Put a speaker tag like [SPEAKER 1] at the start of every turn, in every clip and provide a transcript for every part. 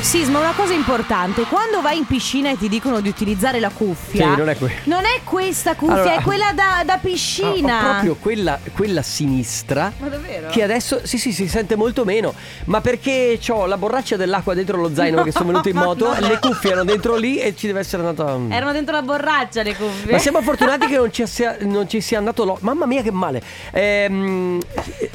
[SPEAKER 1] Sisma, una cosa importante, quando vai in piscina e ti dicono di utilizzare la cuffia,
[SPEAKER 2] Sì, non è que-
[SPEAKER 1] non è questa cuffia,
[SPEAKER 2] Allora-
[SPEAKER 1] è quella da, da piscina.
[SPEAKER 2] Ah, ho proprio quella, quella sinistra.
[SPEAKER 1] Ma davvero?
[SPEAKER 2] Che adesso sì, sì, si sente molto meno. Ma perché ho la borraccia dell'acqua dentro lo zaino che sono venuto in moto, le cuffie erano dentro lì e ci deve essere andata. mm.
[SPEAKER 1] Erano dentro la borraccia le cuffie.
[SPEAKER 2] Ma siamo fortunati che non ci sia, non ci sia andato l'olio. Mamma mia, che male. Ehm,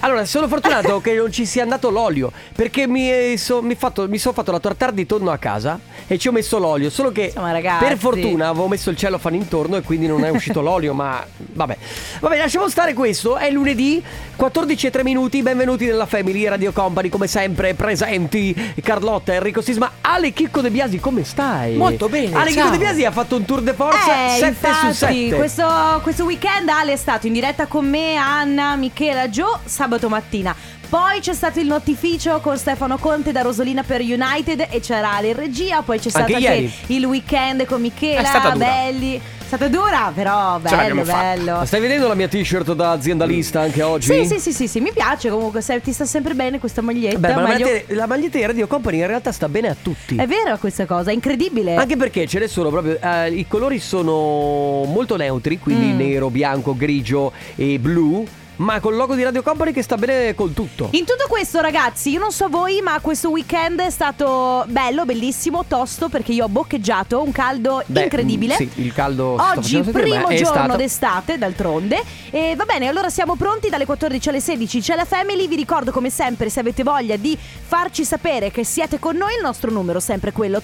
[SPEAKER 2] allora, sono fortunato che non ci sia andato l'olio. Perché mi sono fatto, mi son fatto la tortare di tonno a casa e ci ho messo l'olio. Solo che
[SPEAKER 1] Insomma, ragazzi.
[SPEAKER 2] per fortuna avevo messo il cellophane intorno e quindi non è uscito l'olio. Ma vabbè. Vabbè, lasciamo stare questo. È lunedì, 14 e 3 minuti. Benvenuti nella Family Radio Company. Come sempre, presenti Carlotta, Enrico Sisma, Ale Chicco De Biasi. Come stai?
[SPEAKER 3] Molto bene,
[SPEAKER 2] Ale Chicco
[SPEAKER 3] ciao.
[SPEAKER 2] De Biasi ha fatto un tour de forza.
[SPEAKER 1] Eh,
[SPEAKER 2] 7
[SPEAKER 1] infatti,
[SPEAKER 2] su 7.
[SPEAKER 1] Questo, questo weekend Ale è stato in diretta con me, Anna, Michela, Gio sabato mattina. Poi c'è stato il notificio con Stefano Conte da Rosolina per United e c'era Ale in regia, poi c'è stato
[SPEAKER 2] Anche
[SPEAKER 1] anche,
[SPEAKER 2] ieri.
[SPEAKER 1] il weekend con Michela,
[SPEAKER 3] È stata dura.
[SPEAKER 1] Belli. È stata dura, però bello,
[SPEAKER 3] l'abbiamo fatta.
[SPEAKER 2] Ma
[SPEAKER 1] bello.
[SPEAKER 2] stai vedendo la mia t-shirt da aziendalista anche oggi?
[SPEAKER 1] Sì, sì, sì, sì, sì, mi piace comunque, se- ti sta sempre bene questa maglietta.
[SPEAKER 2] Eh Beh, ma la,
[SPEAKER 1] maglio-
[SPEAKER 2] maglietta, la maglietta di Radio Company in realtà sta bene a tutti.
[SPEAKER 1] È vera questa cosa, è incredibile.
[SPEAKER 2] Anche perché ce ne sono proprio. eh, I colori sono molto neutri, quindi
[SPEAKER 1] Mm.
[SPEAKER 2] nero, bianco, grigio e blu. Ma col logo di Radio Company che sta bene col tutto.
[SPEAKER 1] In tutto questo, ragazzi, io non so voi, ma questo weekend è stato bello, bellissimo, tosto perché io ho boccheggiato un caldo
[SPEAKER 2] Beh,
[SPEAKER 1] incredibile.
[SPEAKER 2] mm, Sì, il caldo sta
[SPEAKER 1] Oggi,
[SPEAKER 2] facendo sentire, ma
[SPEAKER 1] primo
[SPEAKER 2] è
[SPEAKER 1] giorno
[SPEAKER 2] estate.
[SPEAKER 1] d'estate, d'altronde. E va bene, allora siamo pronti dalle 14 alle 16. C'è la Family. Vi ricordo, come sempre, se avete voglia di farci sapere che siete con noi, il nostro numero è sempre quello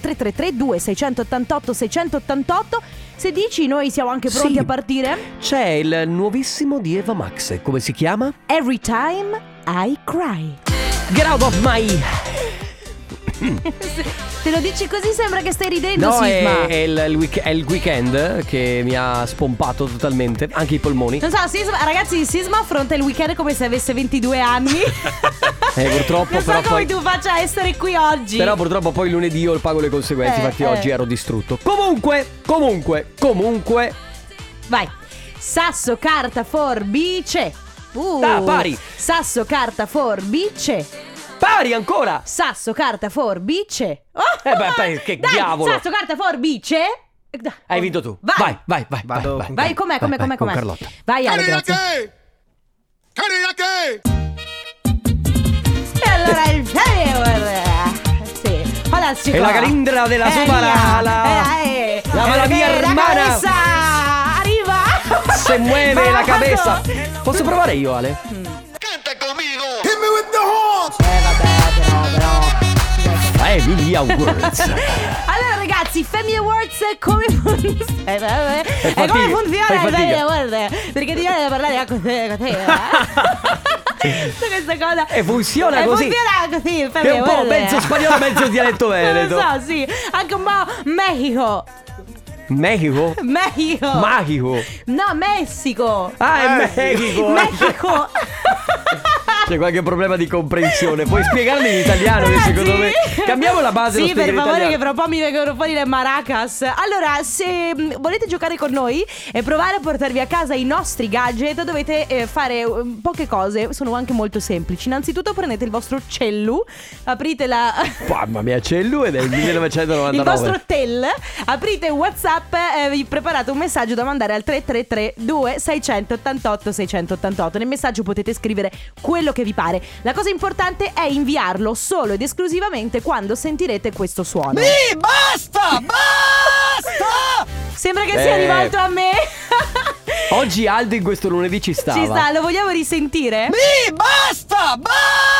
[SPEAKER 1] 333-2688-688. Se dici, noi siamo anche pronti
[SPEAKER 2] Sì.
[SPEAKER 1] a partire.
[SPEAKER 2] C'è il nuovissimo di Eva Max. Come si chiama?
[SPEAKER 1] Every time I cry.
[SPEAKER 2] Get out of my
[SPEAKER 1] Te lo dici così sembra che stai ridendo,
[SPEAKER 2] No, eh,
[SPEAKER 1] Sisma.
[SPEAKER 2] è, è il, il week- è il weekend che mi ha spompato totalmente, anche i polmoni.
[SPEAKER 1] Non so, Sisma, ragazzi, Sisma affronta il weekend come se avesse 22 anni.
[SPEAKER 2] Eh, purtroppo,
[SPEAKER 1] Non so
[SPEAKER 2] però
[SPEAKER 1] come
[SPEAKER 2] poi-
[SPEAKER 1] tu faccia a essere qui oggi.
[SPEAKER 2] Però purtroppo poi lunedì io pago le conseguenze,
[SPEAKER 1] Eh,
[SPEAKER 2] infatti
[SPEAKER 1] eh.
[SPEAKER 2] oggi ero distrutto. Comunque, comunque, comunque,
[SPEAKER 1] Vai. Sasso, carta, forbice. Uh.
[SPEAKER 2] Ah, pari.
[SPEAKER 1] Sasso, carta, forbice.
[SPEAKER 2] pari ancora!
[SPEAKER 1] Sasso, carta, forbice. Oh!
[SPEAKER 2] Eh, beh, beh, che
[SPEAKER 1] Dai,
[SPEAKER 2] diavolo.
[SPEAKER 1] Sasso, carta, forbice. Dai.
[SPEAKER 2] Hai vinto tu.
[SPEAKER 1] Vai.
[SPEAKER 2] vai, vai, vai.
[SPEAKER 3] Vado
[SPEAKER 2] vai,
[SPEAKER 3] con
[SPEAKER 1] Vai, com'è, com'è, com'è,
[SPEAKER 2] con
[SPEAKER 1] com'è?
[SPEAKER 2] Carlotta.
[SPEAKER 1] Vai, Ale, grazie. E allora il Sì. Palazzo
[SPEAKER 2] E la calindra della
[SPEAKER 1] Eh,
[SPEAKER 2] Subara, la- la malavia hermana.
[SPEAKER 1] arriva.
[SPEAKER 2] Se muove la
[SPEAKER 1] Vado.
[SPEAKER 2] cabeza. Posso provare io, Ale? Eh, mi gli auguri.
[SPEAKER 1] Allora ragazzi, Family Awards come funziona? Eh, vabbè. E
[SPEAKER 2] fatica,
[SPEAKER 1] come funziona
[SPEAKER 2] fai
[SPEAKER 1] il Family
[SPEAKER 2] fatica.
[SPEAKER 1] Awards? Perché ti viene da parlare con te, con te. eh? Tutta questa cosa.
[SPEAKER 2] E funziona
[SPEAKER 1] E
[SPEAKER 2] così.
[SPEAKER 1] Funziona così, il
[SPEAKER 2] Che
[SPEAKER 1] Family
[SPEAKER 2] è un po'
[SPEAKER 1] Awards.
[SPEAKER 2] mezzo spagnolo, mezzo dialetto veneto.
[SPEAKER 1] Non lo so, Esatto, sì. Anche un po' Mexico.
[SPEAKER 2] Mexico?
[SPEAKER 1] Mexico.
[SPEAKER 2] Magico.
[SPEAKER 1] No, Messico.
[SPEAKER 2] Ah, è Mexico.
[SPEAKER 1] Mexico.
[SPEAKER 2] C'è qualche problema di comprensione. Puoi spiegarmi in italiano che
[SPEAKER 1] Ragazzi?
[SPEAKER 2] secondo me. Cambiamo la base
[SPEAKER 1] Sì,
[SPEAKER 2] lo
[SPEAKER 1] per
[SPEAKER 2] spieghi in
[SPEAKER 1] favore, che
[SPEAKER 2] italiano.
[SPEAKER 1] fra un po' mi vengono fuori le maracas. Allora, se mh, volete giocare con noi e provare a portarvi a casa i nostri gadget, dovete eh, fare eh, poche cose. Sono anche molto semplici. Innanzitutto, prendete il vostro cellu, aprite la.
[SPEAKER 2] Mamma mia, c'è lui del 1999.
[SPEAKER 1] Il vostro tel, aprite WhatsApp e vi preparate un messaggio da mandare al 333 2688 688. Nel messaggio potete scrivere quello che vi pare. La cosa importante è inviarlo solo ed esclusivamente quando sentirete questo suono.
[SPEAKER 2] basta! Basta!
[SPEAKER 1] Sembra che sia
[SPEAKER 2] Eh.
[SPEAKER 1] rivolto a me.
[SPEAKER 2] Oggi Aldo in questo lunedì ci stava.
[SPEAKER 1] Ci sta, lo vogliamo risentire?
[SPEAKER 2] Mi basta! Basta!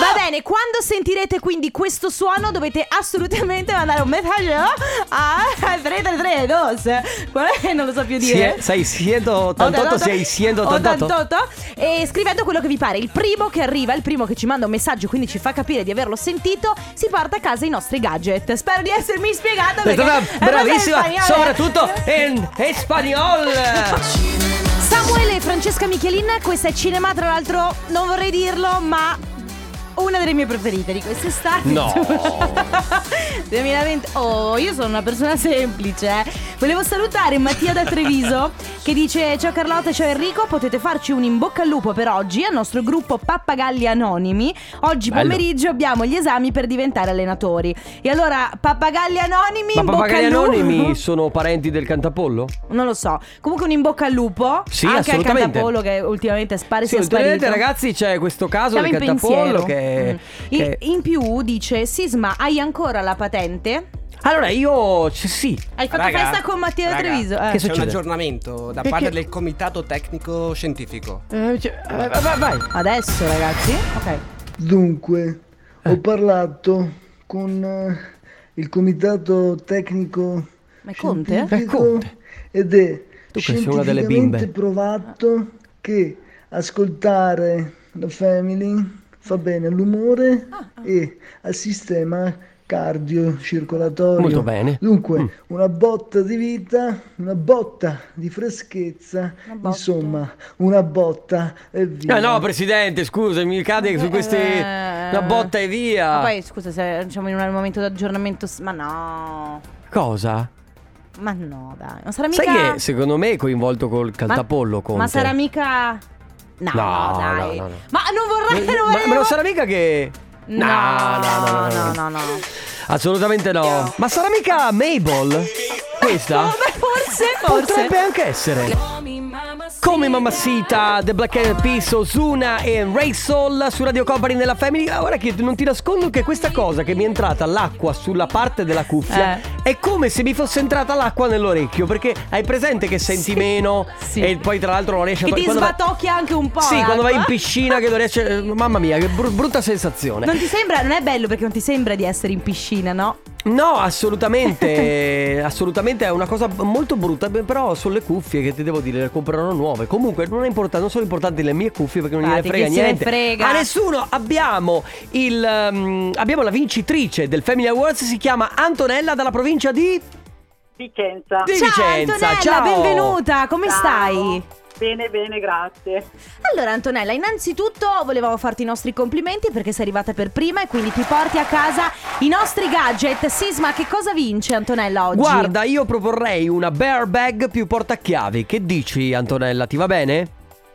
[SPEAKER 1] Va bene, quando sentirete quindi questo suono dovete assolutamente mandare un messaggio a 3332. Qual è? Non lo so più
[SPEAKER 2] Si
[SPEAKER 1] dire.
[SPEAKER 2] è, sei 188, sei 188.
[SPEAKER 1] 88 e scrivendo quello che vi pare. Il primo che arriva, il primo che ci manda un messaggio, quindi ci fa capire di averlo sentito, si porta a casa i nostri gadget. Spero di essermi spiegata
[SPEAKER 2] È
[SPEAKER 1] perché
[SPEAKER 2] stata
[SPEAKER 1] è
[SPEAKER 2] bravissima,
[SPEAKER 1] abbastanza spagnolo.
[SPEAKER 2] soprattutto in spagnolo.
[SPEAKER 1] Samuele e Francesca Michelin, questa è cinema, tra l'altro non vorrei dirlo, ma una delle mie preferite di quest'estate.
[SPEAKER 2] No.
[SPEAKER 1] 2020. Oh, io sono una persona semplice. eh. Volevo salutare Mattia da Treviso che dice: Ciao Carlotta, ciao Enrico. Potete farci un in bocca al lupo per oggi al nostro gruppo Pappagalli Anonimi. Oggi
[SPEAKER 2] Bello.
[SPEAKER 1] pomeriggio abbiamo gli esami per diventare allenatori. E allora, Pappagalli Anonimi.
[SPEAKER 2] Ma
[SPEAKER 1] in bocca
[SPEAKER 2] pappagalli
[SPEAKER 1] al lupo.
[SPEAKER 2] anonimi sono parenti del cantapollo?
[SPEAKER 1] Non lo so. Comunque un in bocca al lupo.
[SPEAKER 2] Sì,
[SPEAKER 1] anche al
[SPEAKER 2] assolutamente.
[SPEAKER 1] cantapollo che ultimamente spare
[SPEAKER 2] Sì,
[SPEAKER 1] sia
[SPEAKER 2] ultimamente,
[SPEAKER 1] sparito.
[SPEAKER 2] ragazzi c'è questo caso
[SPEAKER 1] Siamo in
[SPEAKER 2] del cantapollo
[SPEAKER 1] pensiero.
[SPEAKER 2] che,
[SPEAKER 1] Mm.
[SPEAKER 2] che-
[SPEAKER 1] In, in più dice Sisma, hai ancora la patente?
[SPEAKER 2] Allora io c- sì.
[SPEAKER 1] Hai fatto
[SPEAKER 3] Raga,
[SPEAKER 1] festa con Matteo
[SPEAKER 3] raga,
[SPEAKER 1] Treviso? Eh.
[SPEAKER 2] che
[SPEAKER 3] C'è un
[SPEAKER 2] succede?
[SPEAKER 3] aggiornamento da
[SPEAKER 2] Perché-
[SPEAKER 3] parte del comitato tecnico scientifico.
[SPEAKER 2] Eh, cioè, eh, vai, vai, vai.
[SPEAKER 1] Adesso ragazzi. Ok.
[SPEAKER 4] Dunque,
[SPEAKER 2] Eh.
[SPEAKER 4] ho parlato con eh, il comitato tecnico
[SPEAKER 1] Ma è Conte?
[SPEAKER 4] scientifico
[SPEAKER 2] È Conte.
[SPEAKER 4] ed è
[SPEAKER 2] Tu che sei una delle
[SPEAKER 4] scientificamente
[SPEAKER 2] bimbe.
[SPEAKER 4] provato che ascoltare la Family fa bene all'umore
[SPEAKER 2] Ah,
[SPEAKER 4] e al sistema cardiocircolatorio.
[SPEAKER 2] Molto bene.
[SPEAKER 4] Dunque,
[SPEAKER 2] Mm.
[SPEAKER 4] una botta di vita, una botta di freschezza,
[SPEAKER 1] Una botta.
[SPEAKER 4] insomma, una botta e via.
[SPEAKER 2] Eh, no, presidente, scusa, mi cade su questi.
[SPEAKER 1] Eh.
[SPEAKER 2] La botta e via.
[SPEAKER 1] Ma poi scusa se diciamo in un momento di aggiornamento. s- Ma no.
[SPEAKER 2] Cosa?
[SPEAKER 1] Ma no, dai. Non sarà mica.
[SPEAKER 2] Sai che secondo me è coinvolto col cantapollo
[SPEAKER 1] ma,
[SPEAKER 2] Conte.
[SPEAKER 1] ma sarà mica. No,
[SPEAKER 2] No,
[SPEAKER 1] dai.
[SPEAKER 2] no, no, no.
[SPEAKER 1] Ma non vorrei.
[SPEAKER 2] Ma-
[SPEAKER 1] non
[SPEAKER 2] ma,
[SPEAKER 1] vorrei-
[SPEAKER 2] ma non sarà mica che.
[SPEAKER 1] No,
[SPEAKER 2] no, no, no, no,
[SPEAKER 1] no, no, no.
[SPEAKER 2] Assolutamente no. Ma sarà mica Mabel? Questa?
[SPEAKER 1] Oh, beh, forse, forse.
[SPEAKER 2] Potrebbe anche essere. Come Mamacita, The Black Eyed Peas, Ozuna e Ray Soul su Radio Company nella Family. Ah, Ora che non ti nascondo che questa cosa che mi è entrata l'acqua sulla parte della cuffia
[SPEAKER 1] Eh.
[SPEAKER 2] è come se mi fosse entrata l'acqua nell'orecchio perché hai presente che senti
[SPEAKER 1] Sì.
[SPEAKER 2] meno
[SPEAKER 1] Sì.
[SPEAKER 2] e poi tra l'altro non riesci a
[SPEAKER 1] Che ti
[SPEAKER 2] quando vai-
[SPEAKER 1] sbatocchia anche un po'.
[SPEAKER 2] Sì, quando vai in
[SPEAKER 1] l'acqua.
[SPEAKER 2] piscina che non riesci eh, Mamma mia, che bru- brutta sensazione.
[SPEAKER 1] Non ti sembra, non è bello perché non ti sembra di essere in piscina, no?
[SPEAKER 2] No, assolutamente, assolutamente è una cosa molto brutta, beh, però sono le cuffie che ti devo dire, le comprerò nuove. Comunque non, è importante, non sono importanti le mie cuffie perché non gliene
[SPEAKER 1] Infatti,
[SPEAKER 2] frega
[SPEAKER 1] chi se ne
[SPEAKER 2] niente.
[SPEAKER 1] frega?
[SPEAKER 2] A nessuno abbiamo, il, um, abbiamo la vincitrice del Family Awards, si chiama Antonella dalla provincia di,
[SPEAKER 5] Vicenza.
[SPEAKER 2] di
[SPEAKER 1] ciao
[SPEAKER 2] Vicenza.
[SPEAKER 1] Antonella,
[SPEAKER 2] ciao,
[SPEAKER 1] benvenuta, come
[SPEAKER 5] Ciao.
[SPEAKER 1] stai?
[SPEAKER 5] Bene, bene, grazie.
[SPEAKER 1] Allora Antonella, innanzitutto volevamo farti i nostri complimenti perché sei arrivata per prima e quindi ti porti a casa i nostri gadget. Sisma, che cosa vince Antonella oggi?
[SPEAKER 2] Guarda, io proporrei una bear bag più portachiavi. Che dici, Antonella? Ti va bene?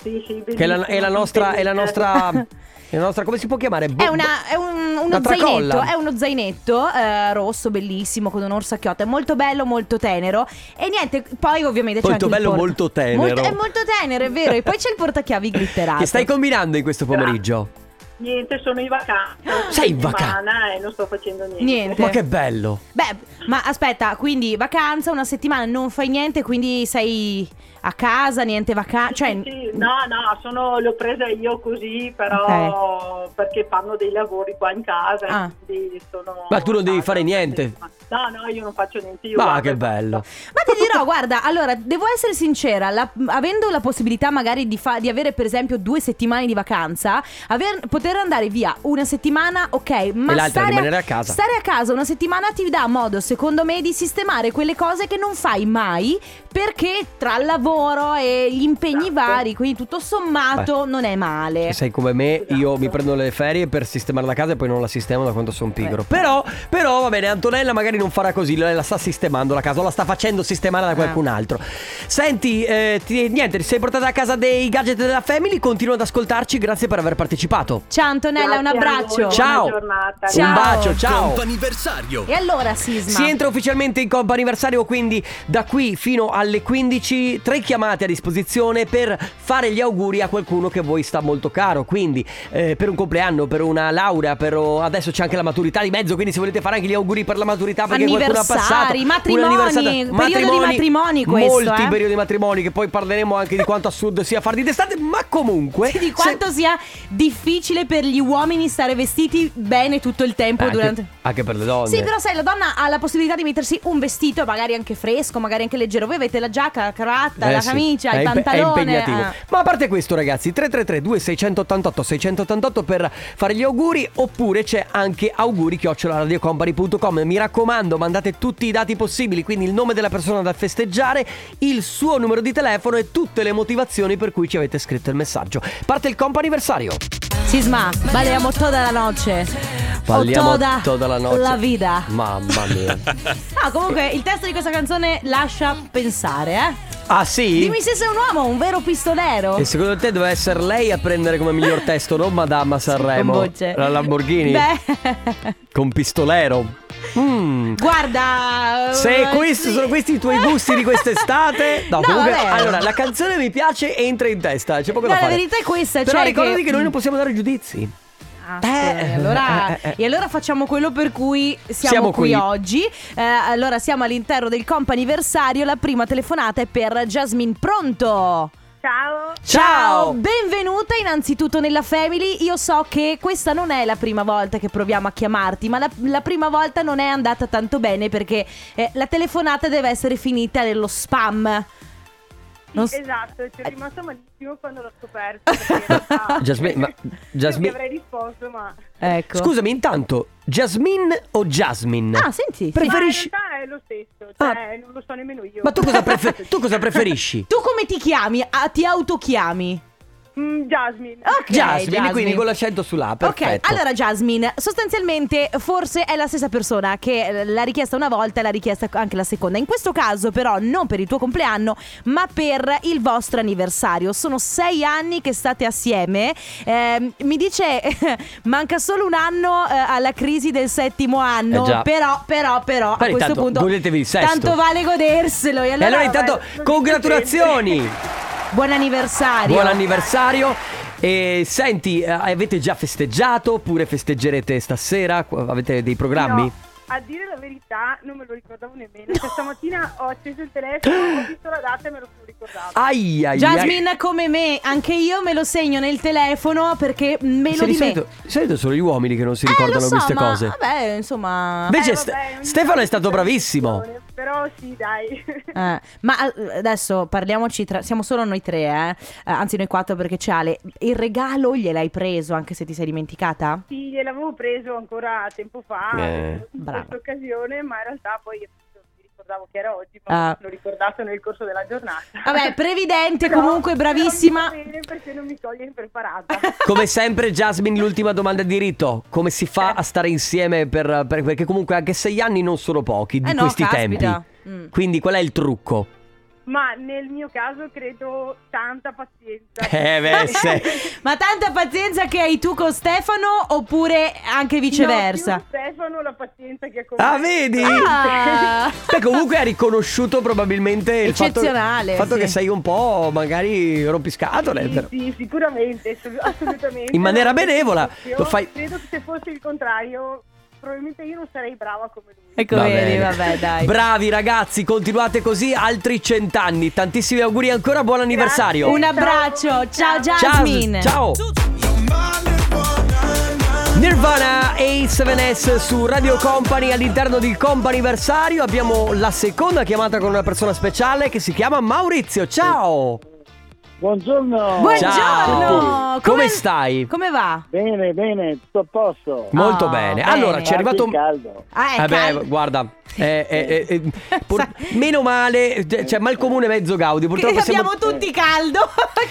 [SPEAKER 5] Sì, sì,
[SPEAKER 2] Che è la, è la nostra. È la nostra.
[SPEAKER 1] Bellissimo.
[SPEAKER 2] è la nostra- come si può chiamare? Bo-
[SPEAKER 1] È, una- è un- uno
[SPEAKER 2] Una Boh, tracolla.
[SPEAKER 1] zainetto, è uno zainetto eh, rosso bellissimo con un orso a chiota, è molto bello, molto tenero e niente, poi ovviamente c'è
[SPEAKER 2] Molto
[SPEAKER 1] anche il
[SPEAKER 2] bello,
[SPEAKER 1] porta-
[SPEAKER 2] molto tenero.
[SPEAKER 1] Molto- è molto tenero, è vero, e poi c'è il portachiavi glitterato.
[SPEAKER 2] Che stai combinando in questo pomeriggio?
[SPEAKER 5] Niente, sono in vacanza.
[SPEAKER 2] Sei in
[SPEAKER 5] settimana E non sto facendo niente.
[SPEAKER 1] Niente.
[SPEAKER 2] Ma che bello!
[SPEAKER 1] Beh, ma aspetta, quindi vacanza, una settimana, non fai niente, quindi sei a casa, niente vacanza.
[SPEAKER 5] Sì,
[SPEAKER 1] Cioè,
[SPEAKER 5] sì, no, no, sono, l'ho presa io così, però perché fanno dei lavori qua in casa.
[SPEAKER 1] Ah.
[SPEAKER 5] quindi sono
[SPEAKER 2] Ma tu non devi
[SPEAKER 5] a casa
[SPEAKER 2] fare niente.
[SPEAKER 5] per settimana. No, no, io non faccio niente. Io
[SPEAKER 2] Ma
[SPEAKER 5] guardo-
[SPEAKER 2] che bello!
[SPEAKER 1] ma ti dirò, guarda, allora, devo essere sincera, la- avendo la possibilità magari di, fa- di avere per esempio due settimane di vacanza, aver- poter andare via una settimana, ok, ma
[SPEAKER 2] E l'altra
[SPEAKER 1] stare
[SPEAKER 2] rimanere a casa.
[SPEAKER 1] Stare a casa una settimana ti dà modo, secondo me, di sistemare quelle cose che non fai mai perché tra il lavoro e gli impegni
[SPEAKER 5] Esatto.
[SPEAKER 1] vari, quindi tutto sommato non è male.
[SPEAKER 2] Se Cioè, sei come me, io
[SPEAKER 5] Esatto.
[SPEAKER 2] mi prendo le ferie per sistemare la casa e poi non la sistemo da quando sono pigro.
[SPEAKER 1] Eh.
[SPEAKER 2] Però, però va bene, Antonella magari non farà così, lei la sta sistemando la casa, o la sta facendo sistemare
[SPEAKER 1] Ah.
[SPEAKER 2] da qualcun altro. Senti, eh, ti- niente, ti sei portata a casa dei gadget della Family, continua ad ascoltarci, grazie per aver partecipato.
[SPEAKER 1] Ciao Antonella, un
[SPEAKER 5] Grazie a voi,
[SPEAKER 1] abbraccio.
[SPEAKER 5] buona
[SPEAKER 2] Ciao.
[SPEAKER 5] giornata.
[SPEAKER 1] Ciao.
[SPEAKER 2] Un bacio, ciao!
[SPEAKER 1] E allora Sisma?
[SPEAKER 2] Si entra ufficialmente in comp anniversario, quindi da qui fino alle 15, tre chiamate a disposizione per fare gli auguri a qualcuno che a voi sta molto caro. Quindi eh, per un compleanno, per una laurea, per oh, adesso c'è anche la maturità di mezzo, quindi se volete fare anche gli auguri per la maturità perché qualcuno ha passato
[SPEAKER 1] Anniversari, matrimoni,
[SPEAKER 2] un'anniversata-
[SPEAKER 1] periodo di matrimoni questo,
[SPEAKER 2] molti
[SPEAKER 1] eh.
[SPEAKER 2] periodi di matrimoni che poi parleremo anche di quanto assurdo sia far di testate, ma comunque
[SPEAKER 1] di
[SPEAKER 2] se-
[SPEAKER 1] quanto sia difficile per gli uomini stare vestiti bene tutto il tempo
[SPEAKER 2] anche,
[SPEAKER 1] durante
[SPEAKER 2] anche per le donne.
[SPEAKER 1] Sì, però sai, la donna ha la possibilità di mettersi un vestito, magari anche fresco, magari anche leggero. Voi avete la giacca, la cravatta,
[SPEAKER 2] Eh
[SPEAKER 1] la
[SPEAKER 2] sì,
[SPEAKER 1] camicia,
[SPEAKER 2] è
[SPEAKER 1] il
[SPEAKER 2] impe-
[SPEAKER 1] pantalone.
[SPEAKER 2] È impegnativo.
[SPEAKER 1] ah.
[SPEAKER 2] Ma a parte questo, ragazzi, 333-2688-688 per fare gli auguri, oppure c'è anche auguri radiocompany.com. Mi raccomando, mandate tutti i dati possibili, quindi il nome della persona da festeggiare, il suo numero di telefono e tutte le motivazioni per cui ci avete scritto il messaggio. Parte il comp anniversario.
[SPEAKER 1] Sì, Sisma, balliamo tutta la notte.
[SPEAKER 2] Balliamo
[SPEAKER 1] O toda
[SPEAKER 2] toda la noche.
[SPEAKER 1] La vita.
[SPEAKER 2] Mamma mia.
[SPEAKER 1] Ah, comunque il testo di questa canzone lascia pensare, eh.
[SPEAKER 2] ah sì?
[SPEAKER 1] Dimmi se sei un uomo, un vero pistolero.
[SPEAKER 2] E secondo te doveva essere lei a prendere come miglior testo, non Madama Sanremo?
[SPEAKER 1] Con voce.
[SPEAKER 2] La Lamborghini?
[SPEAKER 1] Beh,
[SPEAKER 2] Con pistolero? Mm.
[SPEAKER 1] guarda.
[SPEAKER 2] Se
[SPEAKER 1] eh,
[SPEAKER 2] questi
[SPEAKER 1] sì.
[SPEAKER 2] sono questi i tuoi gusti di quest'estate, no,
[SPEAKER 1] No,
[SPEAKER 2] comunque,
[SPEAKER 1] vabbè.
[SPEAKER 2] allora la canzone mi piace entra in testa. C'è poco
[SPEAKER 1] No, la
[SPEAKER 2] da fare.
[SPEAKER 1] verità è questa,
[SPEAKER 2] Però
[SPEAKER 1] cioè
[SPEAKER 2] ricordati
[SPEAKER 1] che-
[SPEAKER 2] che... noi non possiamo dare giudizi.
[SPEAKER 1] Ah,
[SPEAKER 2] Eh,
[SPEAKER 1] sì, allora-
[SPEAKER 2] eh, eh, eh.
[SPEAKER 1] E allora facciamo quello per cui siamo,
[SPEAKER 2] Siamo
[SPEAKER 1] qui,
[SPEAKER 2] qui.
[SPEAKER 1] oggi. Eh, allora siamo all'interno del comp'anniversario. La prima telefonata è per Jasmine. Pronto?
[SPEAKER 5] Ciao.
[SPEAKER 2] Ciao!
[SPEAKER 1] benvenuta innanzitutto nella Family. Io so che questa non è la prima volta che proviamo a chiamarti, ma la, la prima volta non è andata tanto bene perché eh, la telefonata deve essere finita nello spam. Non s- Eh,
[SPEAKER 5] Esatto,
[SPEAKER 2] Eh.
[SPEAKER 5] ci è rimasto malissimo quando l'ho scoperto. perché in realtà-
[SPEAKER 2] Jasmine, ma-
[SPEAKER 5] Io
[SPEAKER 2] Jasmine-
[SPEAKER 5] vi avrei risposto, ma.
[SPEAKER 1] Ecco.
[SPEAKER 2] Scusami, intanto, Jasmine o Jasmine?
[SPEAKER 1] Ah, senti. sì.
[SPEAKER 2] Preferisci. Ah.
[SPEAKER 5] Ma in realtà è lo stesso, cioè non lo so nemmeno io.
[SPEAKER 2] Ma tu cosa, prefer- tu cosa preferisci?
[SPEAKER 1] Tu come ti chiami? Ah, ti autochiami?
[SPEAKER 5] Mm, Jasmine.
[SPEAKER 2] Ah.
[SPEAKER 1] Ok,
[SPEAKER 2] Jasmine,
[SPEAKER 1] Jasmine.
[SPEAKER 2] quindi con l'accento sull'A. Perfetto.
[SPEAKER 1] Ok, allora Jasmine, sostanzialmente forse è la stessa persona che eh, l'ha richiesta una volta e l'ha richiesta anche la seconda. In questo caso però non per il tuo compleanno, ma per il vostro anniversario. Sono sei anni che state assieme. Ehm, mi dice, manca solo un anno eh, alla crisi del settimo anno.
[SPEAKER 2] Eh già.
[SPEAKER 1] però, però, però,
[SPEAKER 2] Però
[SPEAKER 1] a questo
[SPEAKER 2] intanto
[SPEAKER 1] punto...
[SPEAKER 2] godetevi il sesto.
[SPEAKER 1] Tanto vale goderselo. E
[SPEAKER 2] E
[SPEAKER 1] allora,
[SPEAKER 2] allora, intanto,
[SPEAKER 5] vabbè, non mi
[SPEAKER 2] congratulazioni!
[SPEAKER 1] buon anniversario.
[SPEAKER 2] Buon anniversario! E senti, eh, avete già festeggiato oppure festeggerete stasera? Qu- Avete dei programmi?
[SPEAKER 5] No, a dire la verità non me lo ricordavo nemmeno. Cioè, stamattina ho acceso il telefono, ho visto la data e me lo sono ricordata.
[SPEAKER 2] Ai, ai, ai.
[SPEAKER 1] Jasmine come me, anche io me lo segno nel telefono perché me lo
[SPEAKER 2] Sì, di
[SPEAKER 1] dimentico.
[SPEAKER 2] solito, di solito sono gli uomini che non si
[SPEAKER 1] Eh,
[SPEAKER 2] ricordano
[SPEAKER 1] lo so,
[SPEAKER 2] queste
[SPEAKER 1] ma-
[SPEAKER 2] cose.
[SPEAKER 1] Vabbè, insomma.
[SPEAKER 2] Invece
[SPEAKER 5] Eh,
[SPEAKER 2] Ste-
[SPEAKER 5] vabbè, ogni
[SPEAKER 2] Stefano è stato
[SPEAKER 5] tanto
[SPEAKER 2] bravissimo.
[SPEAKER 5] Però sì, dai.
[SPEAKER 1] Eh, ma eh, adesso parliamoci tra. Siamo solo noi tre, eh. Eh, Anzi, noi quattro perché c'è Ale. Il regalo gliel'hai preso anche se ti sei dimenticata?
[SPEAKER 5] Sì, gliel'avevo preso ancora tempo fa,
[SPEAKER 2] Eh,
[SPEAKER 5] in
[SPEAKER 1] brava.
[SPEAKER 5] questa occasione, ma in realtà poi appunto, mi ricordavo che era oggi, ma
[SPEAKER 1] Ah.
[SPEAKER 5] l'ho ricordato nel corso della giornata.
[SPEAKER 1] Vabbè, previdente,
[SPEAKER 5] Però-
[SPEAKER 1] comunque,
[SPEAKER 5] però mi
[SPEAKER 1] bravissima.
[SPEAKER 5] va bene perché non mi toglie impreparata.
[SPEAKER 2] Come sempre, Jasmine, l'ultima domanda di rito: come si fa a stare insieme? per- per- perché comunque anche sei anni non sono pochi di
[SPEAKER 1] Eh no,
[SPEAKER 2] questi
[SPEAKER 1] caspita.
[SPEAKER 2] tempi.
[SPEAKER 1] Mm.
[SPEAKER 2] Quindi, qual è il trucco?
[SPEAKER 5] ma nel mio caso credo tanta pazienza. Cioè,
[SPEAKER 2] Eh, beh, se-
[SPEAKER 1] Ma tanta pazienza che hai tu con Stefano, oppure anche viceversa?
[SPEAKER 5] No, più Stefano la pazienza che ha con
[SPEAKER 2] Ah,
[SPEAKER 5] me.
[SPEAKER 2] vedi?
[SPEAKER 1] Ah.
[SPEAKER 2] Beh, comunque ha riconosciuto probabilmente il fatto,
[SPEAKER 1] Eccezionale,
[SPEAKER 2] il fatto
[SPEAKER 1] sì.
[SPEAKER 2] che sei un po' magari rompiscatole. però.
[SPEAKER 5] Sì, sì, sicuramente, assolut- assolutamente.
[SPEAKER 2] In maniera
[SPEAKER 5] Non c'è
[SPEAKER 2] benevola,
[SPEAKER 5] dubbio.
[SPEAKER 2] lo fai-
[SPEAKER 5] Credo che se fosse il contrario, probabilmente io non sarei brava come lui.
[SPEAKER 1] Ecco,
[SPEAKER 2] Va
[SPEAKER 1] vedi,
[SPEAKER 2] bene.
[SPEAKER 1] vabbè, dai.
[SPEAKER 2] Bravi ragazzi, continuate così altri cent'anni. Tantissimi auguri ancora, buon anniversario.
[SPEAKER 1] Un abbraccio, ciao
[SPEAKER 2] Ciao,
[SPEAKER 1] Jasmine.
[SPEAKER 2] oh. ciao. Nirvana A7S su Radio Company all'interno di Companiversario abbiamo la seconda chiamata con una persona speciale che si chiama Maurizio. Ciao!
[SPEAKER 6] Buongiorno.
[SPEAKER 1] Buongiorno!
[SPEAKER 2] Come, stai?
[SPEAKER 1] Come va?
[SPEAKER 6] Bene, bene, tutto a posto.
[SPEAKER 2] Molto
[SPEAKER 1] Ah,
[SPEAKER 2] bene.
[SPEAKER 1] bene.
[SPEAKER 2] Allora, ci è arrivato
[SPEAKER 6] Anche il caldo.
[SPEAKER 1] Ah, è
[SPEAKER 2] Eh beh,
[SPEAKER 1] caldo.
[SPEAKER 2] guarda, eh, eh, eh, eh, pur- meno male, cioè, cioè, mal comune mezzo Gaudi.
[SPEAKER 1] Che
[SPEAKER 2] Purtroppo siamo-
[SPEAKER 1] abbiamo tutti caldo.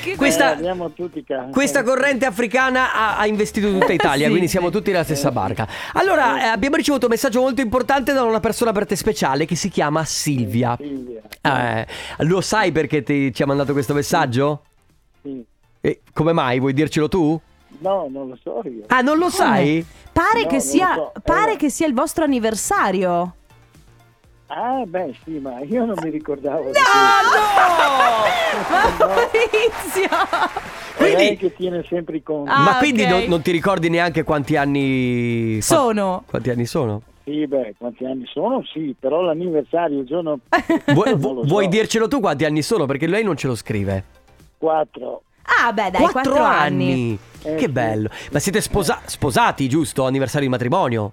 [SPEAKER 1] Che-
[SPEAKER 2] Questa-
[SPEAKER 6] Eh, abbiamo tutti caldo.
[SPEAKER 2] Questa corrente africana ha, ha investito tutta Italia,
[SPEAKER 1] Sì.
[SPEAKER 2] quindi siamo tutti nella stessa barca. Allora, eh, abbiamo ricevuto un messaggio molto importante da una persona per te speciale che si chiama Silvia.
[SPEAKER 6] Silvia.
[SPEAKER 2] Eh, lo sai perché ti- ci ha mandato questo messaggio?
[SPEAKER 6] Sì.
[SPEAKER 2] E come mai? Vuoi dircelo tu?
[SPEAKER 6] No, non lo so io.
[SPEAKER 2] Ah, non lo sai?
[SPEAKER 1] Pare,
[SPEAKER 6] No,
[SPEAKER 1] che,
[SPEAKER 6] non
[SPEAKER 1] sia,
[SPEAKER 6] lo so.
[SPEAKER 1] pare
[SPEAKER 6] Eh.
[SPEAKER 1] che sia il vostro anniversario.
[SPEAKER 6] Ah, beh, sì, ma io non mi ricordavo. di
[SPEAKER 1] Ah, no! Maurizio!
[SPEAKER 6] questo. È
[SPEAKER 2] Quindi-
[SPEAKER 6] lei che tiene sempre i conti.
[SPEAKER 1] Ah.
[SPEAKER 2] Ma quindi
[SPEAKER 1] ok.
[SPEAKER 2] non, non ti ricordi neanche quanti anni fa-
[SPEAKER 1] Sono.
[SPEAKER 2] Quanti anni sono?
[SPEAKER 6] Sì, beh, quanti anni sono? Sì, però l'anniversario il giorno
[SPEAKER 2] Vuoi,
[SPEAKER 6] Non lo so.
[SPEAKER 2] vuoi dircelo tu quanti anni sono? Perché lei non ce lo scrive.
[SPEAKER 6] 4.
[SPEAKER 1] Ah, beh, dai,
[SPEAKER 2] Quattro
[SPEAKER 1] 4 anni.
[SPEAKER 6] Eh,
[SPEAKER 2] che
[SPEAKER 6] sì.
[SPEAKER 2] bello. Ma siete sposa- sposati, giusto? Anniversario di matrimonio?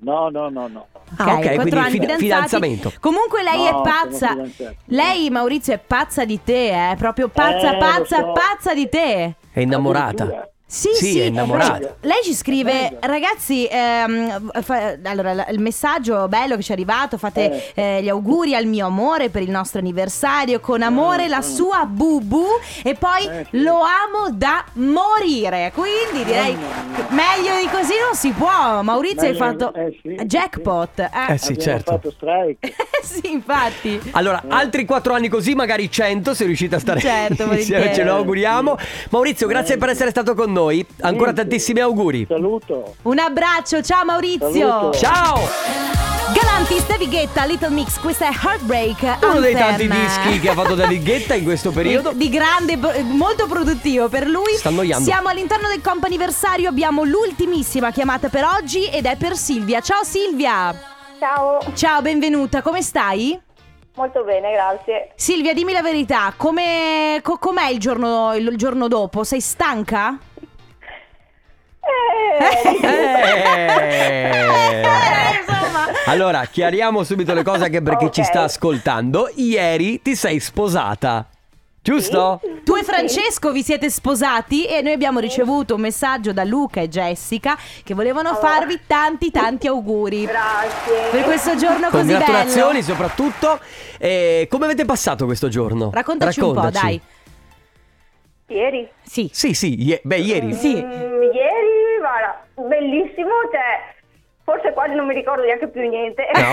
[SPEAKER 6] No, no, no, no.
[SPEAKER 2] Ah, ok,
[SPEAKER 1] quattro
[SPEAKER 2] quindi
[SPEAKER 1] anni
[SPEAKER 2] fida-
[SPEAKER 1] fidanzati.
[SPEAKER 2] fidanzamento.
[SPEAKER 1] Comunque lei è
[SPEAKER 6] No,
[SPEAKER 1] pazza.
[SPEAKER 6] siamo fidanzati.
[SPEAKER 1] Lei, Maurizio, è pazza di te, eh? Proprio pazza,
[SPEAKER 6] Eh, lo
[SPEAKER 1] pazza,
[SPEAKER 6] so.
[SPEAKER 1] pazza di te.
[SPEAKER 2] È innamorata.
[SPEAKER 6] Addirittura.
[SPEAKER 1] Sì,
[SPEAKER 2] Sì,
[SPEAKER 1] sì,
[SPEAKER 2] è innamorata.
[SPEAKER 1] Cioè, lei ci scrive,
[SPEAKER 6] Bello.
[SPEAKER 1] ragazzi, ehm, fa- allora la- il messaggio bello che ci è arrivato, fate eh, gli auguri al mio amore per il nostro anniversario, con amore la sua bubu e poi
[SPEAKER 6] Eh, sì.
[SPEAKER 1] lo amo da morire. Quindi direi
[SPEAKER 6] Mamma mia.
[SPEAKER 1] meglio di così non si può. Maurizio hai
[SPEAKER 6] Meglio di-
[SPEAKER 1] fatto
[SPEAKER 6] eh, sì,
[SPEAKER 1] jackpot. Eh.
[SPEAKER 2] Eh, sì,
[SPEAKER 6] Abbiamo
[SPEAKER 2] certo.
[SPEAKER 6] fatto strike.
[SPEAKER 1] sì, infatti.
[SPEAKER 2] Allora,
[SPEAKER 6] Eh.
[SPEAKER 2] altri 4 anni così, magari 100 se riuscite a stare
[SPEAKER 1] Certo, volentieri.
[SPEAKER 2] insieme, ce lo auguriamo. Maurizio, grazie per essere stato con noi. Ancora
[SPEAKER 6] Niente.
[SPEAKER 2] tantissimi auguri.
[SPEAKER 6] Saluto.
[SPEAKER 1] Un abbraccio, ciao Maurizio.
[SPEAKER 6] Saluto.
[SPEAKER 2] Ciao!
[SPEAKER 1] Galantis, David Guetta, Little Mix, questa è Heartbreak
[SPEAKER 2] Uno dei tanti
[SPEAKER 1] Anthem.
[SPEAKER 2] dischi che ha fatto David Guetta in questo periodo.
[SPEAKER 1] Di grande, pro- molto produttivo per lui
[SPEAKER 2] Sta annoiando.
[SPEAKER 1] Siamo all'interno del comp'anniversario Abbiamo l'ultimissima chiamata per oggi Ed è per Silvia Ciao Silvia
[SPEAKER 7] Ciao,
[SPEAKER 1] Ciao, benvenuta, come stai?
[SPEAKER 7] molto bene, grazie.
[SPEAKER 1] Silvia, dimmi la verità come, co- Com'è il giorno, il giorno dopo? Sei stanca?
[SPEAKER 7] Eh,
[SPEAKER 2] Eh.
[SPEAKER 1] Eh, insomma.
[SPEAKER 2] Allora, chiariamo subito le cose anche per chi ci
[SPEAKER 7] Ok.
[SPEAKER 2] sta ascoltando. Ieri ti sei sposata, giusto?
[SPEAKER 1] Tu e Francesco vi siete sposati e noi abbiamo ricevuto un messaggio da Luca e Jessica che volevano
[SPEAKER 7] Allora.
[SPEAKER 1] farvi tanti tanti auguri
[SPEAKER 7] grazie.
[SPEAKER 1] per questo giorno così bello.
[SPEAKER 2] Congratulazioni soprattutto. Eh, come avete passato questo giorno?
[SPEAKER 1] Raccontaci, un po', dai.
[SPEAKER 7] Ieri?
[SPEAKER 1] Sì.
[SPEAKER 2] Sì, sì, ie- beh, ieri.
[SPEAKER 7] Mm, ieri, guarda, bellissimo, cioè, forse quasi non mi ricordo neanche più niente.
[SPEAKER 2] Ah,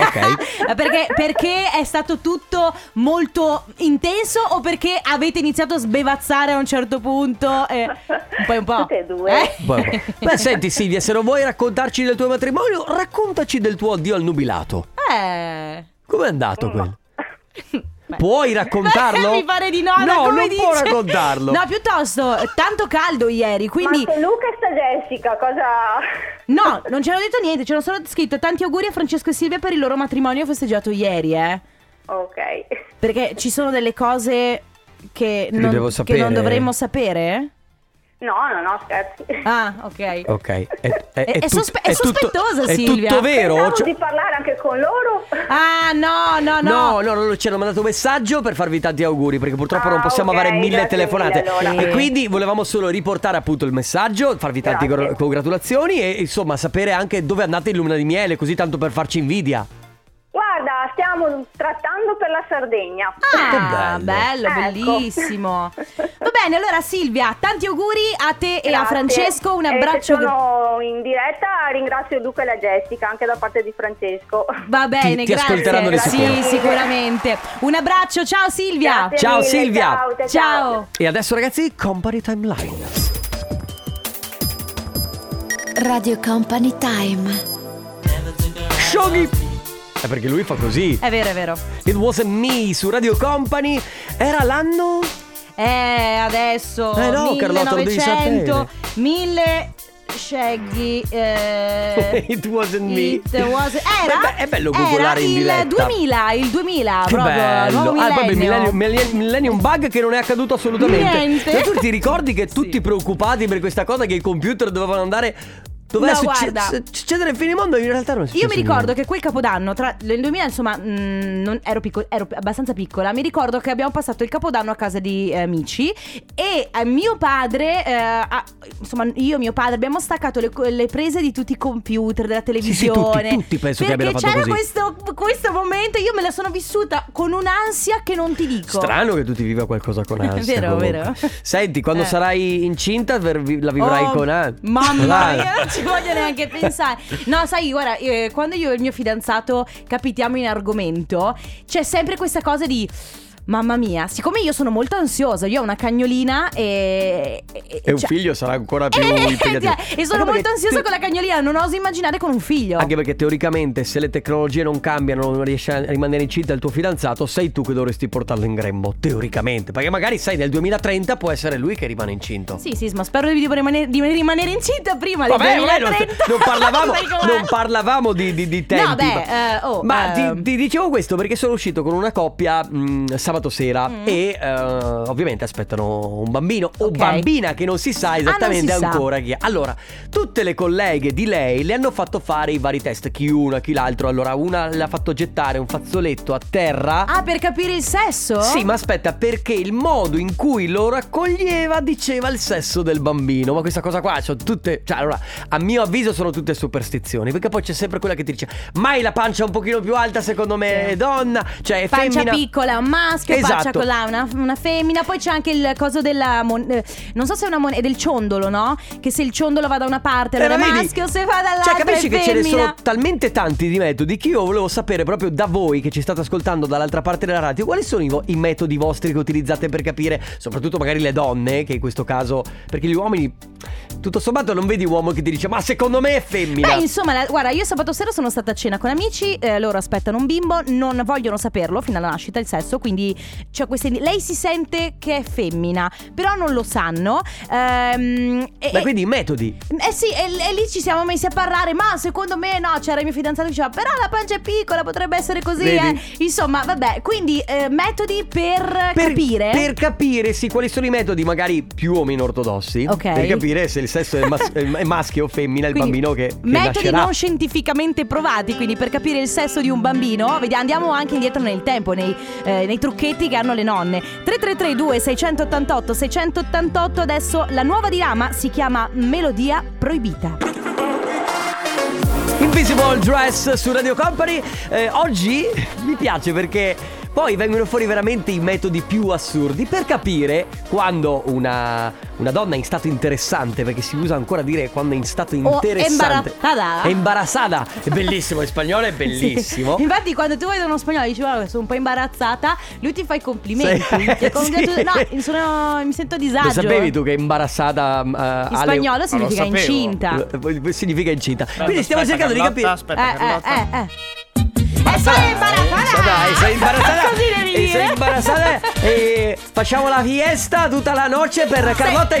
[SPEAKER 2] ok.
[SPEAKER 1] perché, perché è stato tutto molto intenso o perché avete iniziato a sbevazzare a un certo punto? Eh, un po' e un po'.
[SPEAKER 7] Tutte e due.
[SPEAKER 1] Eh?
[SPEAKER 2] Beh, beh, senti Silvia, se non vuoi raccontarci del tuo matrimonio, raccontaci del tuo addio al nubilato.
[SPEAKER 1] Eh.
[SPEAKER 2] Com'è andato quello?
[SPEAKER 1] Beh.
[SPEAKER 2] Puoi raccontarlo?
[SPEAKER 1] Mi pare di no.
[SPEAKER 2] No,
[SPEAKER 1] come
[SPEAKER 2] non
[SPEAKER 1] dice.
[SPEAKER 2] può raccontarlo.
[SPEAKER 1] No, piuttosto, tanto caldo ieri, quindi...
[SPEAKER 7] Ma se Luca e sta Jessica, cosa...
[SPEAKER 1] No, non c'era detto niente, c'erano solo scritto tanti auguri a Francesco e Silvia per il loro matrimonio festeggiato ieri, eh.
[SPEAKER 7] Ok.
[SPEAKER 1] Perché ci sono delle cose che non,
[SPEAKER 2] devo
[SPEAKER 1] che non
[SPEAKER 2] sapere?
[SPEAKER 1] dovremmo sapere.
[SPEAKER 7] No, no, no, scherzi.
[SPEAKER 1] Ah, ok.
[SPEAKER 2] Ok, è, è- è
[SPEAKER 1] È- è
[SPEAKER 2] tut-
[SPEAKER 1] sospe- è sospettosa,
[SPEAKER 2] tutto,
[SPEAKER 1] Silvia.
[SPEAKER 2] È tutto vero?
[SPEAKER 7] Pensavo
[SPEAKER 2] Cioè-
[SPEAKER 7] di parlare anche con loro.
[SPEAKER 1] Ah, no, no, no.
[SPEAKER 2] No, no, no, no, ci hanno mandato un messaggio per farvi tanti auguri perché purtroppo
[SPEAKER 7] Ah,
[SPEAKER 2] non possiamo
[SPEAKER 7] ok,
[SPEAKER 2] avere mille
[SPEAKER 7] grazie
[SPEAKER 2] telefonate.
[SPEAKER 7] mille, allora.
[SPEAKER 2] E quindi volevamo solo riportare appunto il messaggio, farvi tante
[SPEAKER 7] Grazie.
[SPEAKER 2] gro- congratulazioni e insomma sapere anche dove andate in luna di miele, così tanto per farci invidia.
[SPEAKER 7] Guarda, stiamo trattando per la Sardegna.
[SPEAKER 1] Ah,
[SPEAKER 2] Che
[SPEAKER 1] bello,
[SPEAKER 2] bello.
[SPEAKER 7] Ecco.
[SPEAKER 1] bellissimo. Va bene, allora Silvia, tanti auguri a te e a
[SPEAKER 7] Grazie.
[SPEAKER 1] Francesco, un
[SPEAKER 7] E se
[SPEAKER 1] abbraccio.
[SPEAKER 7] sono in diretta, ringrazio Luca e la Jessica, anche da parte di Francesco.
[SPEAKER 1] Va bene,
[SPEAKER 2] ti
[SPEAKER 1] grazie.
[SPEAKER 2] ascolteranno di
[SPEAKER 1] sì,
[SPEAKER 2] sicuro.
[SPEAKER 1] sicuramente. Un abbraccio, ciao Silvia.
[SPEAKER 7] Grazie
[SPEAKER 2] Ciao,
[SPEAKER 7] mille,
[SPEAKER 2] Silvia.
[SPEAKER 7] ciao, ciao, ciao.
[SPEAKER 1] Ciao.
[SPEAKER 2] E adesso ragazzi, Company Timeline.
[SPEAKER 8] Radio Company Time.
[SPEAKER 2] Shoghi! È perché lui fa così.
[SPEAKER 1] È vero, è vero.
[SPEAKER 2] It wasn't me su Radio Company. Era l'anno.
[SPEAKER 1] Eh, adesso
[SPEAKER 2] Eh no, Carlotta, lo devi
[SPEAKER 1] 1900,
[SPEAKER 2] sapere.
[SPEAKER 1] 1000 Shaggy eh,
[SPEAKER 2] It wasn't me.
[SPEAKER 1] It was- era
[SPEAKER 2] Beh, beh, è bello
[SPEAKER 1] era
[SPEAKER 2] googolare in diretta.
[SPEAKER 1] il 2000, il 2000
[SPEAKER 2] Che
[SPEAKER 1] proprio, il
[SPEAKER 2] bello.
[SPEAKER 1] nuovo
[SPEAKER 2] Ah, proprio il
[SPEAKER 1] millennio.
[SPEAKER 2] millennium, millennium- millennium bug che non è accaduto assolutamente.
[SPEAKER 1] Niente.
[SPEAKER 2] Ma tu ti ricordi che
[SPEAKER 1] Sì.
[SPEAKER 2] tutti preoccupati per questa cosa che i computer dovevano andare doveva
[SPEAKER 1] No,
[SPEAKER 2] succe-
[SPEAKER 1] guarda.
[SPEAKER 2] su- succedere il finimondo in realtà non è
[SPEAKER 1] Io mi
[SPEAKER 2] successo
[SPEAKER 1] ricordo
[SPEAKER 2] niente.
[SPEAKER 1] che quel capodanno, tra nel 2000 insomma, mh, non- ero, picco- ero abbastanza piccola, mi ricordo che abbiamo passato il capodanno a casa di eh, amici e eh, mio padre, eh, ha- insomma io e mio padre abbiamo staccato le, co- le prese di tutti i computer, della
[SPEAKER 2] Sì, sì,
[SPEAKER 1] televisione.
[SPEAKER 2] tutti, tutti penso che
[SPEAKER 1] perché
[SPEAKER 2] abbiano fatto
[SPEAKER 1] c'era
[SPEAKER 2] così.
[SPEAKER 1] Questo, questo momento, io me la sono vissuta con un'ansia che non ti dico.
[SPEAKER 2] Strano che tu ti viva qualcosa con ansia.
[SPEAKER 1] Ecco. Vero,
[SPEAKER 2] comunque.
[SPEAKER 1] vero.
[SPEAKER 2] Senti, quando
[SPEAKER 1] Eh.
[SPEAKER 2] sarai incinta ver- la vivrai
[SPEAKER 1] Oh,
[SPEAKER 2] con ansia.
[SPEAKER 1] Mamma
[SPEAKER 2] Dai.
[SPEAKER 1] mia, non ci voglio neanche pensare. No, sai, guarda, eh, quando io e il mio fidanzato capitiamo in argomento, c'è sempre questa cosa di. Mamma mia, siccome io sono molto ansiosa, io ho una cagnolina e.
[SPEAKER 2] E un
[SPEAKER 1] cioè-
[SPEAKER 2] figlio sarà ancora più
[SPEAKER 1] Eh,
[SPEAKER 2] impegnativo.
[SPEAKER 1] cioè, e sono molto
[SPEAKER 2] Anche perché
[SPEAKER 1] ansiosa
[SPEAKER 2] te-
[SPEAKER 1] con la cagnolina, non oso immaginare con un figlio.
[SPEAKER 2] Anche perché teoricamente se le tecnologie non cambiano, non riesci a rimanere incinta il tuo fidanzato, sei tu che dovresti portarlo in grembo, teoricamente. Perché magari sai nel 2030 può essere lui che rimane incinto.
[SPEAKER 1] Sì, sì, ma spero di, rimanere, di rimanere incinta prima del
[SPEAKER 2] Vabbè, vabbè, non,
[SPEAKER 1] 2030.
[SPEAKER 2] non parlavamo,
[SPEAKER 1] Sai com'è?
[SPEAKER 2] non parlavamo di, di, di tempi.
[SPEAKER 1] No, beh, eh, oh,
[SPEAKER 2] ma
[SPEAKER 1] ehm.
[SPEAKER 2] ti, ti dicevo questo perché sono uscito con una coppia mh, sabato sera e eh, ovviamente aspettano un bambino o
[SPEAKER 1] Mm. Ok. Ah,
[SPEAKER 2] bambina che non si sa esattamente
[SPEAKER 1] non si sa.
[SPEAKER 2] ancora chi è. Allora, tutte le colleghe di lei le hanno fatto fare i vari test, chi una, chi l'altro. Allora, una le ha fatto gettare un fazzoletto a terra.
[SPEAKER 1] Ah, per capire il sesso?
[SPEAKER 2] Sì, ma aspetta, perché il modo in cui lo raccoglieva diceva il sesso del bambino. Ma questa cosa qua, sono tutte. Cioè, allora, a mio avviso sono tutte superstizioni. Perché poi c'è sempre quella che ti dice: Mai la pancia un pochino più alta, secondo me, è donna. Cioè, è
[SPEAKER 1] Pancia
[SPEAKER 2] femmina.
[SPEAKER 1] piccola è un maschio, pancia
[SPEAKER 2] Esatto.
[SPEAKER 1] con là è una, una femmina. Poi c'è anche il coso della. mon- eh, non so se è una moneta. del ciondolo, no? Che se il ciondolo va da una parte allora
[SPEAKER 2] Eh,
[SPEAKER 1] è
[SPEAKER 2] ma vedi?
[SPEAKER 1] maschio, se va dall'altra.
[SPEAKER 2] Cioè, capisci
[SPEAKER 1] è
[SPEAKER 2] che ce ne
[SPEAKER 1] femmina.
[SPEAKER 2] sono talmente tanti di metodi che io volevo sapere proprio da voi che ci state ascoltando dall'altra parte della radio quali sono i, vo- i metodi vostri che utilizzate per capire, soprattutto magari le donne, che in questo caso, perché gli uomini, tutto sommato, non vedi un uomo che ti dice, ma secondo me è femmina.
[SPEAKER 1] Beh, insomma, la- guarda, io sabato sera sono stata a cena con amici, eh, loro aspettano un bimbo, non vogliono saperlo fino alla nascita, il sesso, quindi c'è questa- lei si sente che è femmina, però non lo sanno. Ehm, e-
[SPEAKER 2] Ma quindi i metodi.
[SPEAKER 1] Eh sì, e, e lì ci siamo messi a parlare, ma secondo me no, c'era il mio fidanzato che diceva, però la pancia è piccola, potrebbe essere così,
[SPEAKER 2] Vedi?
[SPEAKER 1] eh. Insomma, vabbè, quindi eh, metodi per,
[SPEAKER 2] Per
[SPEAKER 1] capire.
[SPEAKER 2] Per capire, sì, quali sono i metodi magari più o meno ortodossi.
[SPEAKER 1] Ok.
[SPEAKER 2] Per capire se il sesso è, mas- è maschio o femmina, il
[SPEAKER 1] Quindi,
[SPEAKER 2] bambino che, che
[SPEAKER 1] metodi
[SPEAKER 2] nascerà.
[SPEAKER 1] non scientificamente provati, quindi per capire il sesso di un bambino, vedi- andiamo anche indietro nel tempo, nei, eh, nei trucchetti che hanno le nonne. 3332 688 688 adesso la nuova di Lama si chiama Melodia Proibita.
[SPEAKER 2] Invisible Dress su Radio Company. Eh, oggi mi piace perché poi vengono fuori veramente i metodi più assurdi per capire quando una, una donna è in stato interessante, perché si usa ancora dire quando è in stato interessante.
[SPEAKER 1] embarazzada.
[SPEAKER 2] È imbarazzata. È bellissimo, in spagnolo è bellissimo.
[SPEAKER 1] Sì. Infatti, quando tu vai da uno spagnolo e dici, guarda, sono un po' imbarazzata, lui ti fa i complimenti.
[SPEAKER 2] Sì.
[SPEAKER 1] Ti congratula-
[SPEAKER 2] Sì.
[SPEAKER 1] No, sono- mi sento a disagio.
[SPEAKER 2] Lo sapevi tu che imbarazzata eh,
[SPEAKER 1] eh. In
[SPEAKER 2] ha le-
[SPEAKER 1] spagnolo significa
[SPEAKER 9] sapevo.
[SPEAKER 1] incinta.
[SPEAKER 2] Eh, Significa incinta. Quindi stiamo cercando di capire.
[SPEAKER 9] Aspetta,
[SPEAKER 1] eh,
[SPEAKER 9] Carlotta.
[SPEAKER 1] eh, eh, eh. E sono imbarazzata!
[SPEAKER 2] Dai, eh, sei imbarazzata.
[SPEAKER 1] Così devi
[SPEAKER 2] E
[SPEAKER 1] dire.
[SPEAKER 2] sei imbarazzata e facciamo la fiesta tutta la noce per Carlotta
[SPEAKER 1] Sei-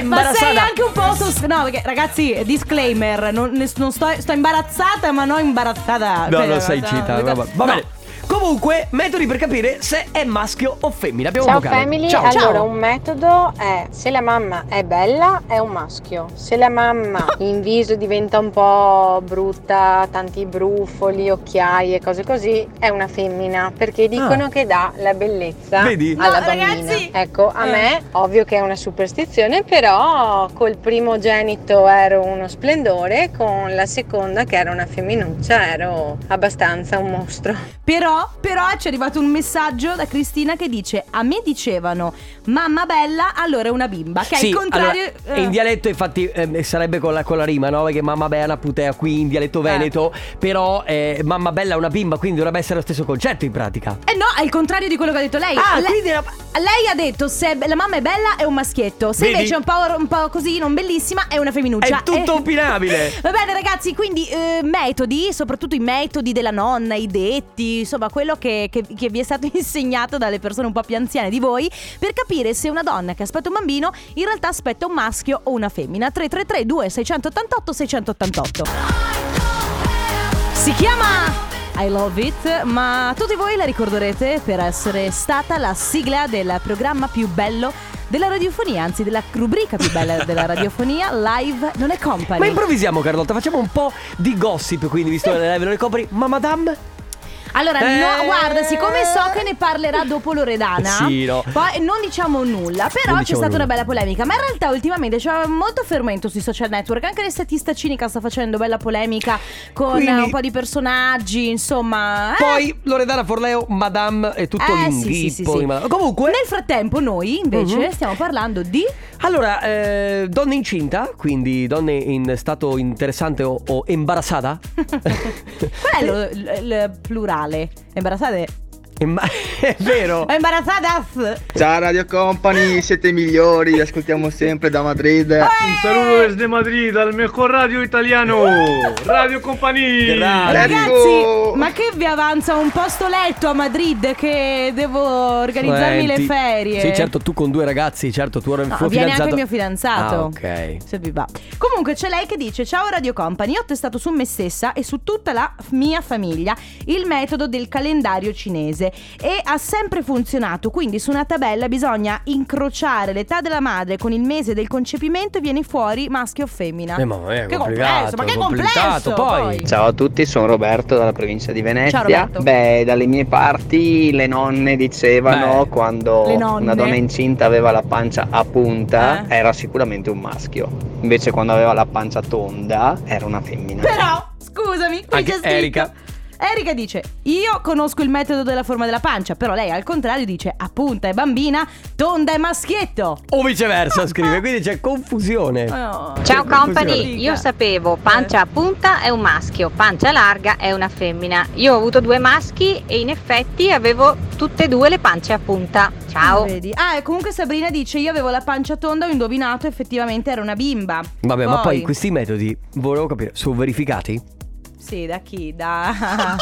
[SPEAKER 1] Ma
[SPEAKER 2] imbarazzata.
[SPEAKER 1] sei anche un po' sus- No, perché ragazzi, disclaimer, non, ne- non sto, sto imbarazzata, ma non imbarazzata.
[SPEAKER 2] No,
[SPEAKER 1] Cioè,
[SPEAKER 2] non sei
[SPEAKER 1] no,
[SPEAKER 2] cita.
[SPEAKER 1] no.
[SPEAKER 2] Va bene. Va bene. Comunque, metodi per capire se è maschio o femmina. Abbiamo
[SPEAKER 10] Ciao
[SPEAKER 2] vocale.
[SPEAKER 10] family,
[SPEAKER 2] Ciao.
[SPEAKER 10] allora
[SPEAKER 2] Ciao.
[SPEAKER 10] un metodo è se la mamma è bella è un maschio, se la mamma in viso diventa un po' brutta, tanti brufoli, occhiaie, cose così, è una femmina perché dicono che dà la bellezza
[SPEAKER 2] Ah. Vedi?
[SPEAKER 10] alla
[SPEAKER 1] No,
[SPEAKER 10] bambina.
[SPEAKER 1] ragazzi!
[SPEAKER 10] Ecco, a
[SPEAKER 1] Eh.
[SPEAKER 10] me ovvio che è una superstizione, però col primogenito ero uno splendore, con la seconda che era una femminuccia ero abbastanza un mostro.
[SPEAKER 1] Però, però ci è arrivato un messaggio da Cristina che dice: A me dicevano mamma bella, allora è una bimba. Che è
[SPEAKER 2] Sì,
[SPEAKER 1] il contrario.
[SPEAKER 2] allora,
[SPEAKER 1] eh.
[SPEAKER 2] in dialetto infatti ehm, sarebbe con la, con la rima, no? Perché mamma bella è una putea qui in dialetto
[SPEAKER 1] Ah.
[SPEAKER 2] veneto, però eh, mamma bella è una bimba, quindi dovrebbe essere lo stesso concetto in pratica.
[SPEAKER 1] Eh no, è il contrario di quello che ha detto lei.
[SPEAKER 2] Ah,
[SPEAKER 1] Eh, Le-
[SPEAKER 2] quindi la-
[SPEAKER 1] Lei ha detto: se be- la mamma è bella, è un maschietto. Se
[SPEAKER 2] Vedi?
[SPEAKER 1] invece è un po', un po' così, non bellissima, è una femminuccia.
[SPEAKER 2] È tutto
[SPEAKER 1] Eh.
[SPEAKER 2] opinabile.
[SPEAKER 1] Va bene, ragazzi, quindi eh, metodi, soprattutto i metodi della nonna, i detti, insomma, quello che, che- che vi è stato insegnato dalle persone un po' più anziane di voi per capire se una donna che aspetta un bambino in realtà aspetta un maschio o una femmina. 333 2688 688 Si chiama I Love It, ma tutti voi la ricorderete per essere stata la sigla del programma più bello della radiofonia, anzi della rubrica più bella della radiofonia, Live Non è Company.
[SPEAKER 2] Ma improvvisiamo Carlotta, facciamo un po' di gossip, quindi visto che le live non le copri. Ma madame?
[SPEAKER 1] Allora,
[SPEAKER 2] Eh.
[SPEAKER 1] no, guarda, siccome so che ne parlerà dopo Loredana,
[SPEAKER 2] Sì, no.
[SPEAKER 1] poi non diciamo nulla, però
[SPEAKER 2] Non
[SPEAKER 1] c'è
[SPEAKER 2] diciamo
[SPEAKER 1] stata
[SPEAKER 2] nulla.
[SPEAKER 1] una bella polemica. Ma in realtà ultimamente c'è molto fermento sui social network, anche l'estatista cinica sta facendo bella polemica con
[SPEAKER 2] Quindi-
[SPEAKER 1] eh, un po' di personaggi, insomma. eh.
[SPEAKER 2] Poi Loredana Forleo, madame e tutto
[SPEAKER 1] Eh, sì,
[SPEAKER 2] l'inghippo
[SPEAKER 1] sì, sì, sì.
[SPEAKER 2] di madame. Comunque,
[SPEAKER 1] Nel frattempo noi invece
[SPEAKER 2] Mhm.
[SPEAKER 1] stiamo parlando di...
[SPEAKER 2] allora, eh, donne incinta, quindi donne in stato interessante o, o imbarazzata.
[SPEAKER 1] Qual è lo- il- il plurale? Imbarazzate?
[SPEAKER 2] Imba- è vero.
[SPEAKER 1] È imbarazzate?
[SPEAKER 11] Ciao Radio Company, siete migliori, vi ascoltiamo sempre da Madrid.
[SPEAKER 9] Eh, Un saluto desde Madrid al mejor radio italiano, Radio Company.
[SPEAKER 2] Grazie.
[SPEAKER 1] Ragazzi, Ma che vi avanza un posto letto a Madrid che devo organizzarmi le
[SPEAKER 2] Senti.
[SPEAKER 1] ferie?
[SPEAKER 2] Sì, certo, tu con due ragazzi, certo, tuo
[SPEAKER 1] No,
[SPEAKER 2] tuo
[SPEAKER 1] viene
[SPEAKER 2] fidanzato.
[SPEAKER 1] anche il mio fidanzato. Eh,
[SPEAKER 2] Ah, ok.
[SPEAKER 1] Se vi va. Comunque c'è lei che dice: Ciao Radio Company, ho testato su me stessa e su tutta la f- mia famiglia il metodo del calendario cinese e ha sempre funzionato. Quindi su una tabella bisogna incrociare l'età della madre con il mese del concepimento e viene fuori maschio o femmina.
[SPEAKER 2] Eh, ma è
[SPEAKER 1] Che
[SPEAKER 2] complicato,
[SPEAKER 1] complesso, ma che
[SPEAKER 2] è complicato,
[SPEAKER 1] complesso!
[SPEAKER 2] poi.
[SPEAKER 9] Ciao a tutti, sono Roberto dalla provincia di Venezia.
[SPEAKER 1] Ciao, Roberto.
[SPEAKER 9] Beh, dalle mie parti le nonne dicevano
[SPEAKER 2] Beh.
[SPEAKER 1] Le
[SPEAKER 9] quando
[SPEAKER 1] nonne. Eh.
[SPEAKER 9] una donna incinta aveva la pancia a punta era sicuramente un maschio. Invece quando aveva la pancia tonda era una femmina.
[SPEAKER 1] Però, scusami, qui
[SPEAKER 2] Anche
[SPEAKER 1] c'è scritto-
[SPEAKER 2] Erika.
[SPEAKER 1] Erika dice: Io conosco il metodo della forma della pancia, però lei al contrario dice: appunta è bambina, tonda è maschietto.
[SPEAKER 2] O viceversa, scrive, quindi c'è confusione.
[SPEAKER 1] Oh.
[SPEAKER 10] Ciao
[SPEAKER 2] Funziona.
[SPEAKER 10] company, io sapevo, pancia a punta è un maschio, pancia larga è una femmina. Io ho avuto due maschi e in effetti avevo tutte e due le pance a punta. Ciao.
[SPEAKER 1] Vedi? Ah, e comunque Sabrina dice: Io avevo la pancia tonda, ho indovinato, effettivamente era una bimba.
[SPEAKER 2] Vabbè, ma poi questi metodi, volevo capire, sono verificati?
[SPEAKER 1] Sì, da chi? Da.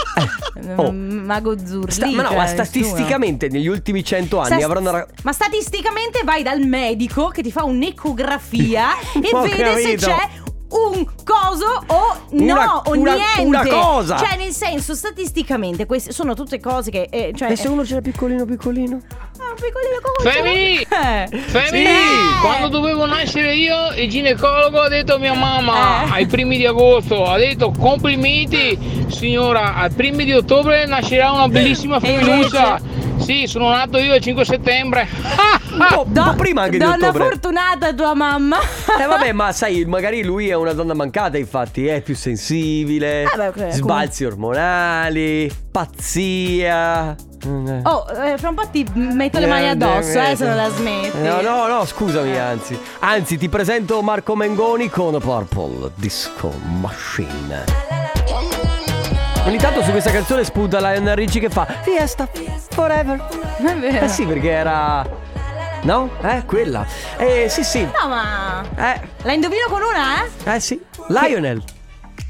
[SPEAKER 2] Oh.
[SPEAKER 1] Mm, Mago Zurli.
[SPEAKER 2] Sta- ma no,
[SPEAKER 1] cioè, eh.
[SPEAKER 2] ma
[SPEAKER 1] nessuno.
[SPEAKER 2] statisticamente negli ultimi cento anni
[SPEAKER 1] Sa-
[SPEAKER 2] avranno... ra-
[SPEAKER 1] Ma statisticamente vai dal medico che ti fa un'ecografia e
[SPEAKER 2] Ho
[SPEAKER 1] vede se
[SPEAKER 2] capito.
[SPEAKER 1] c'è un coso o no
[SPEAKER 2] Una-
[SPEAKER 1] o
[SPEAKER 2] una-
[SPEAKER 1] niente.
[SPEAKER 2] una cosa.
[SPEAKER 1] Cioè, nel senso, statisticamente queste sono tutte cose che. eh, cioè,
[SPEAKER 2] E se uno c'era piccolino piccolino?
[SPEAKER 1] Ah, piccolino, come
[SPEAKER 12] Femi!
[SPEAKER 1] Eh.
[SPEAKER 12] Femi,
[SPEAKER 1] Sì.
[SPEAKER 12] quando dovevo nascere io, il ginecologo ha detto a mia mamma
[SPEAKER 1] Eh.
[SPEAKER 12] ai primi di agosto, ha detto complimenti signora, ai primi di ottobre nascerà una
[SPEAKER 13] Eh.
[SPEAKER 12] bellissima
[SPEAKER 1] E
[SPEAKER 12] femminuccia. Sì, sono nato io il 5 settembre.
[SPEAKER 2] Un po', un
[SPEAKER 1] Do-
[SPEAKER 2] po' Oh, prima anche di
[SPEAKER 1] Ah, Donna
[SPEAKER 2] ottobre.
[SPEAKER 1] fortunata tua mamma.
[SPEAKER 2] Eh vabbè, ma sai, magari lui è una donna mancata, infatti, è più sensibile,
[SPEAKER 1] Ah, beh, ok, comunque-
[SPEAKER 2] sbalzi ormonali, pazzia.
[SPEAKER 1] Oh, eh, fra un po' ti metto le mani addosso, eh, se non la smetti. Eh.
[SPEAKER 2] No, no, no, scusami, anzi. Anzi, ti presento Marco Mengoni con Purple Disco Machine. Ogni tanto su questa canzone sputa la Anna Ricci che fa Fiesta Forever.
[SPEAKER 1] È vero.
[SPEAKER 2] Eh sì, perché era. No? Eh, quella. Eh sì, sì.
[SPEAKER 1] No, ma.
[SPEAKER 2] Eh,
[SPEAKER 1] La indovino con una, eh?
[SPEAKER 2] eh sì. Lionel.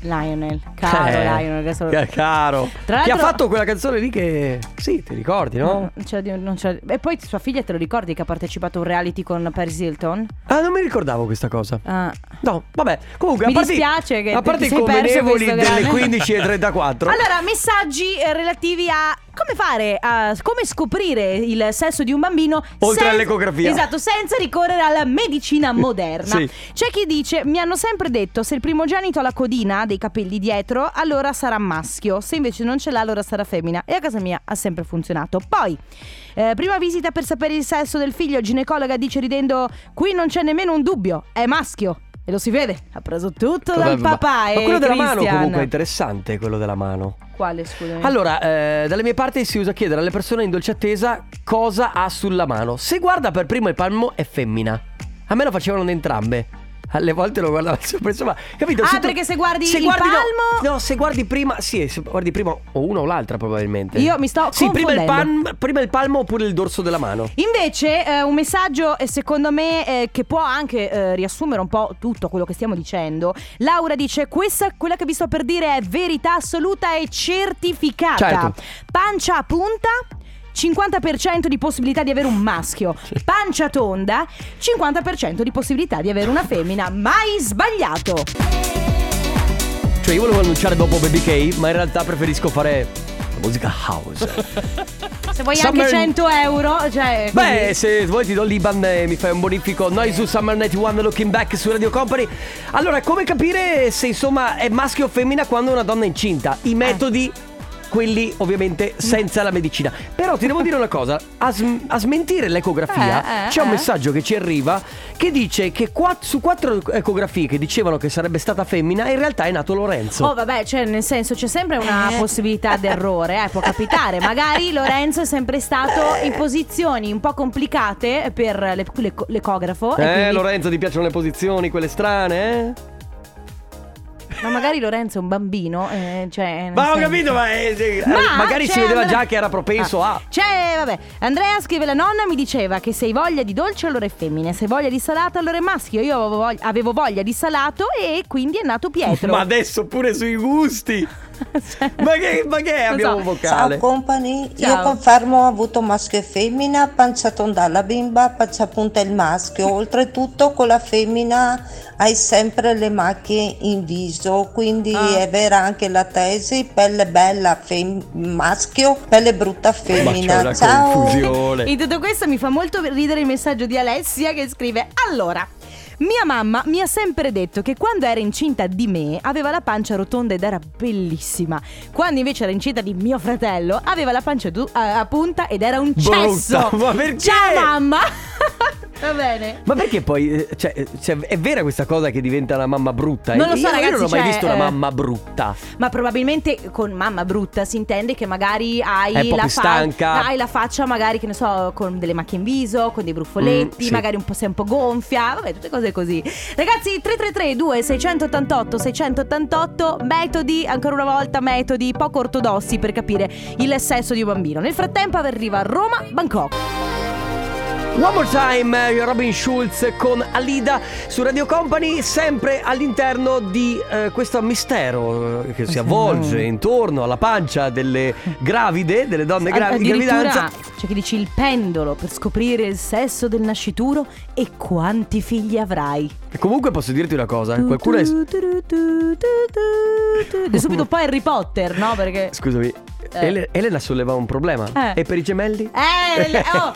[SPEAKER 1] Lionel, caro
[SPEAKER 2] Eh,
[SPEAKER 1] Lionel, adesso.
[SPEAKER 2] che caro.
[SPEAKER 1] Tra
[SPEAKER 2] Che ha
[SPEAKER 1] l'altro- Eh.
[SPEAKER 2] fatto quella canzone lì che. Sì, ti ricordi, no?
[SPEAKER 1] Non c'è Cioè, di- non c'è- E poi sua figlia te lo ricordi che ha partecipato a un reality con Paris Hilton?
[SPEAKER 2] Ah, non mi ricordavo questa cosa.
[SPEAKER 1] Ah.
[SPEAKER 2] No, vabbè. Comunque,
[SPEAKER 1] Mi
[SPEAKER 2] a parte,
[SPEAKER 1] dispiace che
[SPEAKER 2] a parte
[SPEAKER 1] ti
[SPEAKER 2] i
[SPEAKER 1] sei perso
[SPEAKER 2] convenevoli
[SPEAKER 1] questo
[SPEAKER 2] delle
[SPEAKER 1] grande.
[SPEAKER 2] 15.34.
[SPEAKER 1] Allora, messaggi eh, relativi a come fare, a come scoprire il sesso di un bambino
[SPEAKER 2] Oltre
[SPEAKER 1] senza-
[SPEAKER 2] all'ecografia.
[SPEAKER 1] Esatto, senza ricorrere alla medicina moderna.
[SPEAKER 2] Sì.
[SPEAKER 1] C'è chi dice: Mi hanno sempre detto se il primogenito ha la codina dei capelli dietro, allora sarà maschio, se invece non ce l'ha, allora sarà femmina. E a casa mia ha sempre funzionato. Poi, eh, prima visita per sapere il sesso del figlio, ginecologa dice ridendo: Qui non c'è nemmeno un dubbio, è maschio. E lo si vede, ha preso tutto dal
[SPEAKER 2] Ma-
[SPEAKER 1] papà.
[SPEAKER 2] Ma
[SPEAKER 1] e
[SPEAKER 2] quello della mano
[SPEAKER 1] Christian.
[SPEAKER 2] comunque è interessante, quello della mano.
[SPEAKER 1] Quale, scusami?
[SPEAKER 2] Allora, eh, dalle mie parti si usa chiedere alle persone in dolce attesa cosa ha sulla mano. Se guarda per primo il palmo è femmina. A me lo facevano entrambe. Alle volte lo guardavo sempre, insomma, capito?
[SPEAKER 1] Ah,
[SPEAKER 2] Se tu-
[SPEAKER 1] perché se guardi il
[SPEAKER 2] no,
[SPEAKER 1] palmo-
[SPEAKER 2] No, se guardi prima, sì, se guardi prima o una o l'altra probabilmente.
[SPEAKER 1] Io mi sto
[SPEAKER 2] Sì, prima il,
[SPEAKER 1] confondendo.
[SPEAKER 2] palm- prima il palmo oppure il dorso della mano.
[SPEAKER 1] Invece eh, un messaggio eh, secondo me eh, che può anche eh, riassumere un po' tutto quello che stiamo dicendo. Laura dice questa quella che vi sto per dire è verità assoluta e certificata.
[SPEAKER 2] Certo.
[SPEAKER 1] Pancia a punta 50% di possibilità di avere un maschio, pancia tonda 50% di possibilità di avere una femmina. Mai sbagliato.
[SPEAKER 2] Cioè, io volevo annunciare dopo Baby K, ma in realtà preferisco fare la musica house.
[SPEAKER 1] Se vuoi
[SPEAKER 2] Summer-
[SPEAKER 1] anche 100 euro, cioè così.
[SPEAKER 2] Beh, se vuoi ti do l'Iban e mi fai un bonifico Noi su Summer 91 Looking Back su Radio Company Allora, come capire se insomma è maschio o femmina quando una donna è incinta?
[SPEAKER 1] Eh.
[SPEAKER 2] I metodi, quelli
[SPEAKER 1] Mm.
[SPEAKER 2] ovviamente senza la medicina Però ti devo dire una cosa A, sm- a smentire l'ecografia
[SPEAKER 1] Eh, eh,
[SPEAKER 2] c'è un
[SPEAKER 1] eh.
[SPEAKER 2] messaggio che ci arriva Che dice che qua- su quattro ecografie che dicevano che sarebbe stata femmina In realtà è nato Lorenzo
[SPEAKER 1] Oh vabbè, cioè nel senso c'è sempre una possibilità d'errore, eh, può capitare. Magari Lorenzo è sempre stato in posizioni un po' complicate per le- le- l'ecografo. e
[SPEAKER 2] Eh
[SPEAKER 1] quindi-
[SPEAKER 2] Lorenzo ti piacciono le posizioni, quelle strane eh?
[SPEAKER 1] Ma magari Lorenzo è un bambino. eh, cioè, nel
[SPEAKER 2] Ma ho
[SPEAKER 1] senso-
[SPEAKER 2] capito, ma, eh, sì, eh, magari
[SPEAKER 1] c'è
[SPEAKER 2] si vedeva
[SPEAKER 1] Andrea-
[SPEAKER 2] già che era propenso
[SPEAKER 1] Ah,
[SPEAKER 2] a.
[SPEAKER 1] C'è, vabbè. Andrea scrive: La nonna mi diceva che se hai voglia di dolce allora è femmina, se hai voglia di salato allora è maschio. Io Eh, avevo voglia, avevo voglia di salato e quindi è nato Pietro.
[SPEAKER 2] Ma adesso pure sui gusti. Ma che, ma che è?
[SPEAKER 13] Non
[SPEAKER 2] Abbiamo
[SPEAKER 13] so.
[SPEAKER 2] un vocale.
[SPEAKER 13] Ciao company,
[SPEAKER 2] Ciao.
[SPEAKER 13] io confermo ho avuto maschio e femmina, pancia tonda la bimba, pancia punta il maschio, oltretutto con la femmina
[SPEAKER 1] Ah.
[SPEAKER 13] hai sempre le macchie in viso, quindi
[SPEAKER 1] Ah.
[SPEAKER 13] è vera anche la tesi, pelle bella fem- maschio, pelle brutta
[SPEAKER 2] c'è
[SPEAKER 13] femmina.
[SPEAKER 2] una
[SPEAKER 13] Ciao!
[SPEAKER 2] confusione.
[SPEAKER 1] In tutto questo mi fa molto ridere il messaggio di Alessia che scrive Allora, mia mamma mi ha sempre detto che quando era incinta di me aveva la pancia rotonda ed era bellissima Quando invece era incinta di mio fratello aveva la pancia du- a-, a punta ed era un
[SPEAKER 2] Brutta,
[SPEAKER 1] cesso
[SPEAKER 2] ma perché?
[SPEAKER 1] Ciao mamma Va bene
[SPEAKER 2] Ma perché poi, eh, cioè, eh, cioè, è vera questa cosa che diventa la mamma brutta?
[SPEAKER 1] Non lo
[SPEAKER 2] Io-
[SPEAKER 1] so,
[SPEAKER 2] io,
[SPEAKER 1] ragazzi,
[SPEAKER 2] non ho mai
[SPEAKER 1] cioè,
[SPEAKER 2] visto una
[SPEAKER 1] eh,
[SPEAKER 2] mamma brutta.
[SPEAKER 1] ma probabilmente con mamma brutta si intende che magari hai,
[SPEAKER 2] È un po'
[SPEAKER 1] la,
[SPEAKER 2] più stanca.
[SPEAKER 1] hai la faccia magari che ne so con delle macchie in viso, con dei bruffoletti,
[SPEAKER 2] Mm, sì.
[SPEAKER 1] magari un po', sei un po' gonfia, vabbè tutte cose così. Ragazzi 333 2688 688 metodi, ancora una volta metodi poco ortodossi per capire il sesso di un bambino. Nel frattempo arriva a Roma, Bangkok.
[SPEAKER 2] One more time, eh, Robin Schulz con Alida su Radio Company, sempre all'interno di eh, questo mistero eh, che si avvolge intorno alla pancia delle gravide, delle donne
[SPEAKER 1] Ad-
[SPEAKER 2] gravide in
[SPEAKER 1] addirittura
[SPEAKER 2] gravidanza.
[SPEAKER 1] C'è chi dice il pendolo per scoprire il sesso del nascituro e quanti figli avrai.
[SPEAKER 2] E Comunque posso dirti una cosa, eh, qualcuno è...
[SPEAKER 1] Tu, tu, tu, tu, tu, tu. Ed è subito poi Harry Potter, no? Perché.
[SPEAKER 2] Scusami,
[SPEAKER 1] Eh.
[SPEAKER 2] Ele- Elena solleva un problema.
[SPEAKER 1] Eh.
[SPEAKER 2] E per i gemelli?
[SPEAKER 1] Eh, le- oh,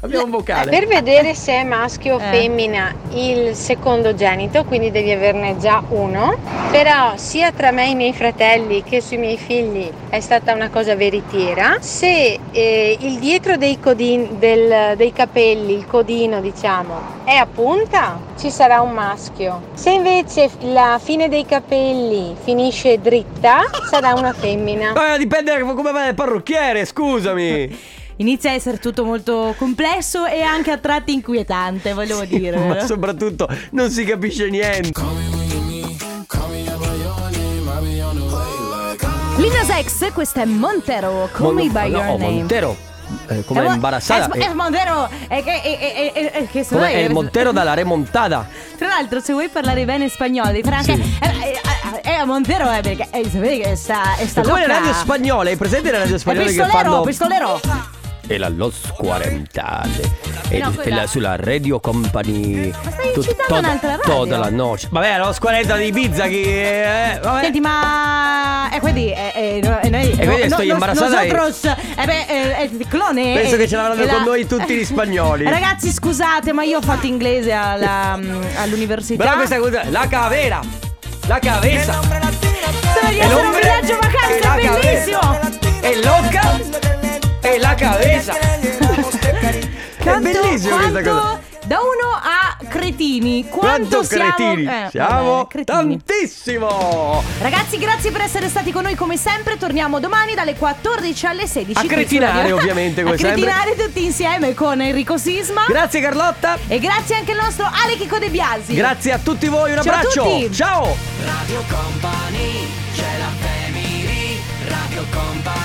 [SPEAKER 2] Abbiamo un vocale.
[SPEAKER 10] Per vedere se è maschio o
[SPEAKER 1] Eh.
[SPEAKER 10] femmina il secondogenito, quindi devi averne già uno, però sia tra me e i miei fratelli che sui miei figli è stata una cosa veritiera. Se eh, il dietro dei, codin- del- dei capelli, il codino diciamo, è a punta, ci sarà un maschio. Se invece la fine dei capelli finisce dritta, sarà una femmina.
[SPEAKER 2] Ma Eh, dipende da come va il parrucchiere, scusami.
[SPEAKER 1] Inizia a essere tutto molto complesso e anche a tratti inquietante, volevo dire. eh.
[SPEAKER 2] Ma
[SPEAKER 1] vero?
[SPEAKER 2] soprattutto non si capisce niente.
[SPEAKER 1] Lil Nas X, questa è Montero, Call Me
[SPEAKER 2] Mon-
[SPEAKER 1] By
[SPEAKER 2] no,
[SPEAKER 1] Your Name.
[SPEAKER 2] Montero. Eh, come
[SPEAKER 1] Eh, mo-
[SPEAKER 2] imbarazzata.
[SPEAKER 1] eh,
[SPEAKER 2] eh,
[SPEAKER 1] eh, Montero, eh, che, eh, eh, eh, eh, che
[SPEAKER 2] come è
[SPEAKER 1] eh,
[SPEAKER 2] il Montero dalla remontata.
[SPEAKER 1] Tra l'altro, se vuoi parlare bene spagnolo, devi fare anche. Eh, eh, eh, eh, Montero è perché. Eh, sapete che sta, è sta
[SPEAKER 2] È come le
[SPEAKER 1] loca.
[SPEAKER 2] radio spagnole, hai presente le radio
[SPEAKER 1] È
[SPEAKER 2] spagnole che
[SPEAKER 1] pistolero,
[SPEAKER 2] fanno
[SPEAKER 1] pistolero.
[SPEAKER 2] E la Los 40 e,
[SPEAKER 1] No,
[SPEAKER 2] e
[SPEAKER 1] quella-
[SPEAKER 2] la- sulla Radio Company Ma
[SPEAKER 1] stai incitando un'altra radio.
[SPEAKER 2] Toda la noce Vabbè, la Los 40 di Ibiza che eh, vabbè.
[SPEAKER 1] Senti, ma. E quindi. eh, eh, no- eh, noi.
[SPEAKER 2] E quindi
[SPEAKER 1] no-
[SPEAKER 2] sto
[SPEAKER 1] no-
[SPEAKER 2] imbarazzata e-
[SPEAKER 1] Nosotros. Eh, beh, eh, eh, clone.
[SPEAKER 2] Penso
[SPEAKER 1] eh,
[SPEAKER 2] che ce l'avranno
[SPEAKER 1] e la-
[SPEAKER 2] con noi tutti gli spagnoli
[SPEAKER 1] Ragazzi, scusate, ma io ho fatto inglese alla- mm, all'università.
[SPEAKER 2] Però questa cosa La cavera La cavesa
[SPEAKER 1] Sembra di essere un
[SPEAKER 2] hombre
[SPEAKER 1] viaggio
[SPEAKER 2] e la
[SPEAKER 1] vacanza, è bellissimo.
[SPEAKER 2] E loca E la cavesa È
[SPEAKER 1] Quanto-
[SPEAKER 2] bellissima questa
[SPEAKER 1] quanto-
[SPEAKER 2] cosa
[SPEAKER 1] Da uno a cretini. Quanto,
[SPEAKER 2] Quanto
[SPEAKER 1] siamo
[SPEAKER 2] cretini
[SPEAKER 1] eh,
[SPEAKER 2] Siamo
[SPEAKER 1] vabbè, cretini.
[SPEAKER 2] tantissimo
[SPEAKER 1] Ragazzi, grazie per essere stati con noi come sempre. Torniamo domani dalle 14 alle 16.
[SPEAKER 2] A
[SPEAKER 1] qui su
[SPEAKER 2] cretinare,
[SPEAKER 1] Radio-
[SPEAKER 2] ovviamente, come
[SPEAKER 1] a
[SPEAKER 2] sempre.
[SPEAKER 1] cretinare tutti insieme con Enrico Sisma.
[SPEAKER 2] Grazie Carlotta
[SPEAKER 1] e grazie anche al nostro Ale Chico De Biasi.
[SPEAKER 2] Grazie a tutti voi, un
[SPEAKER 1] Ciao a
[SPEAKER 2] abbraccio.
[SPEAKER 1] tutti.
[SPEAKER 2] Ciao.
[SPEAKER 14] Radio Company, c'è la family, Radio Company.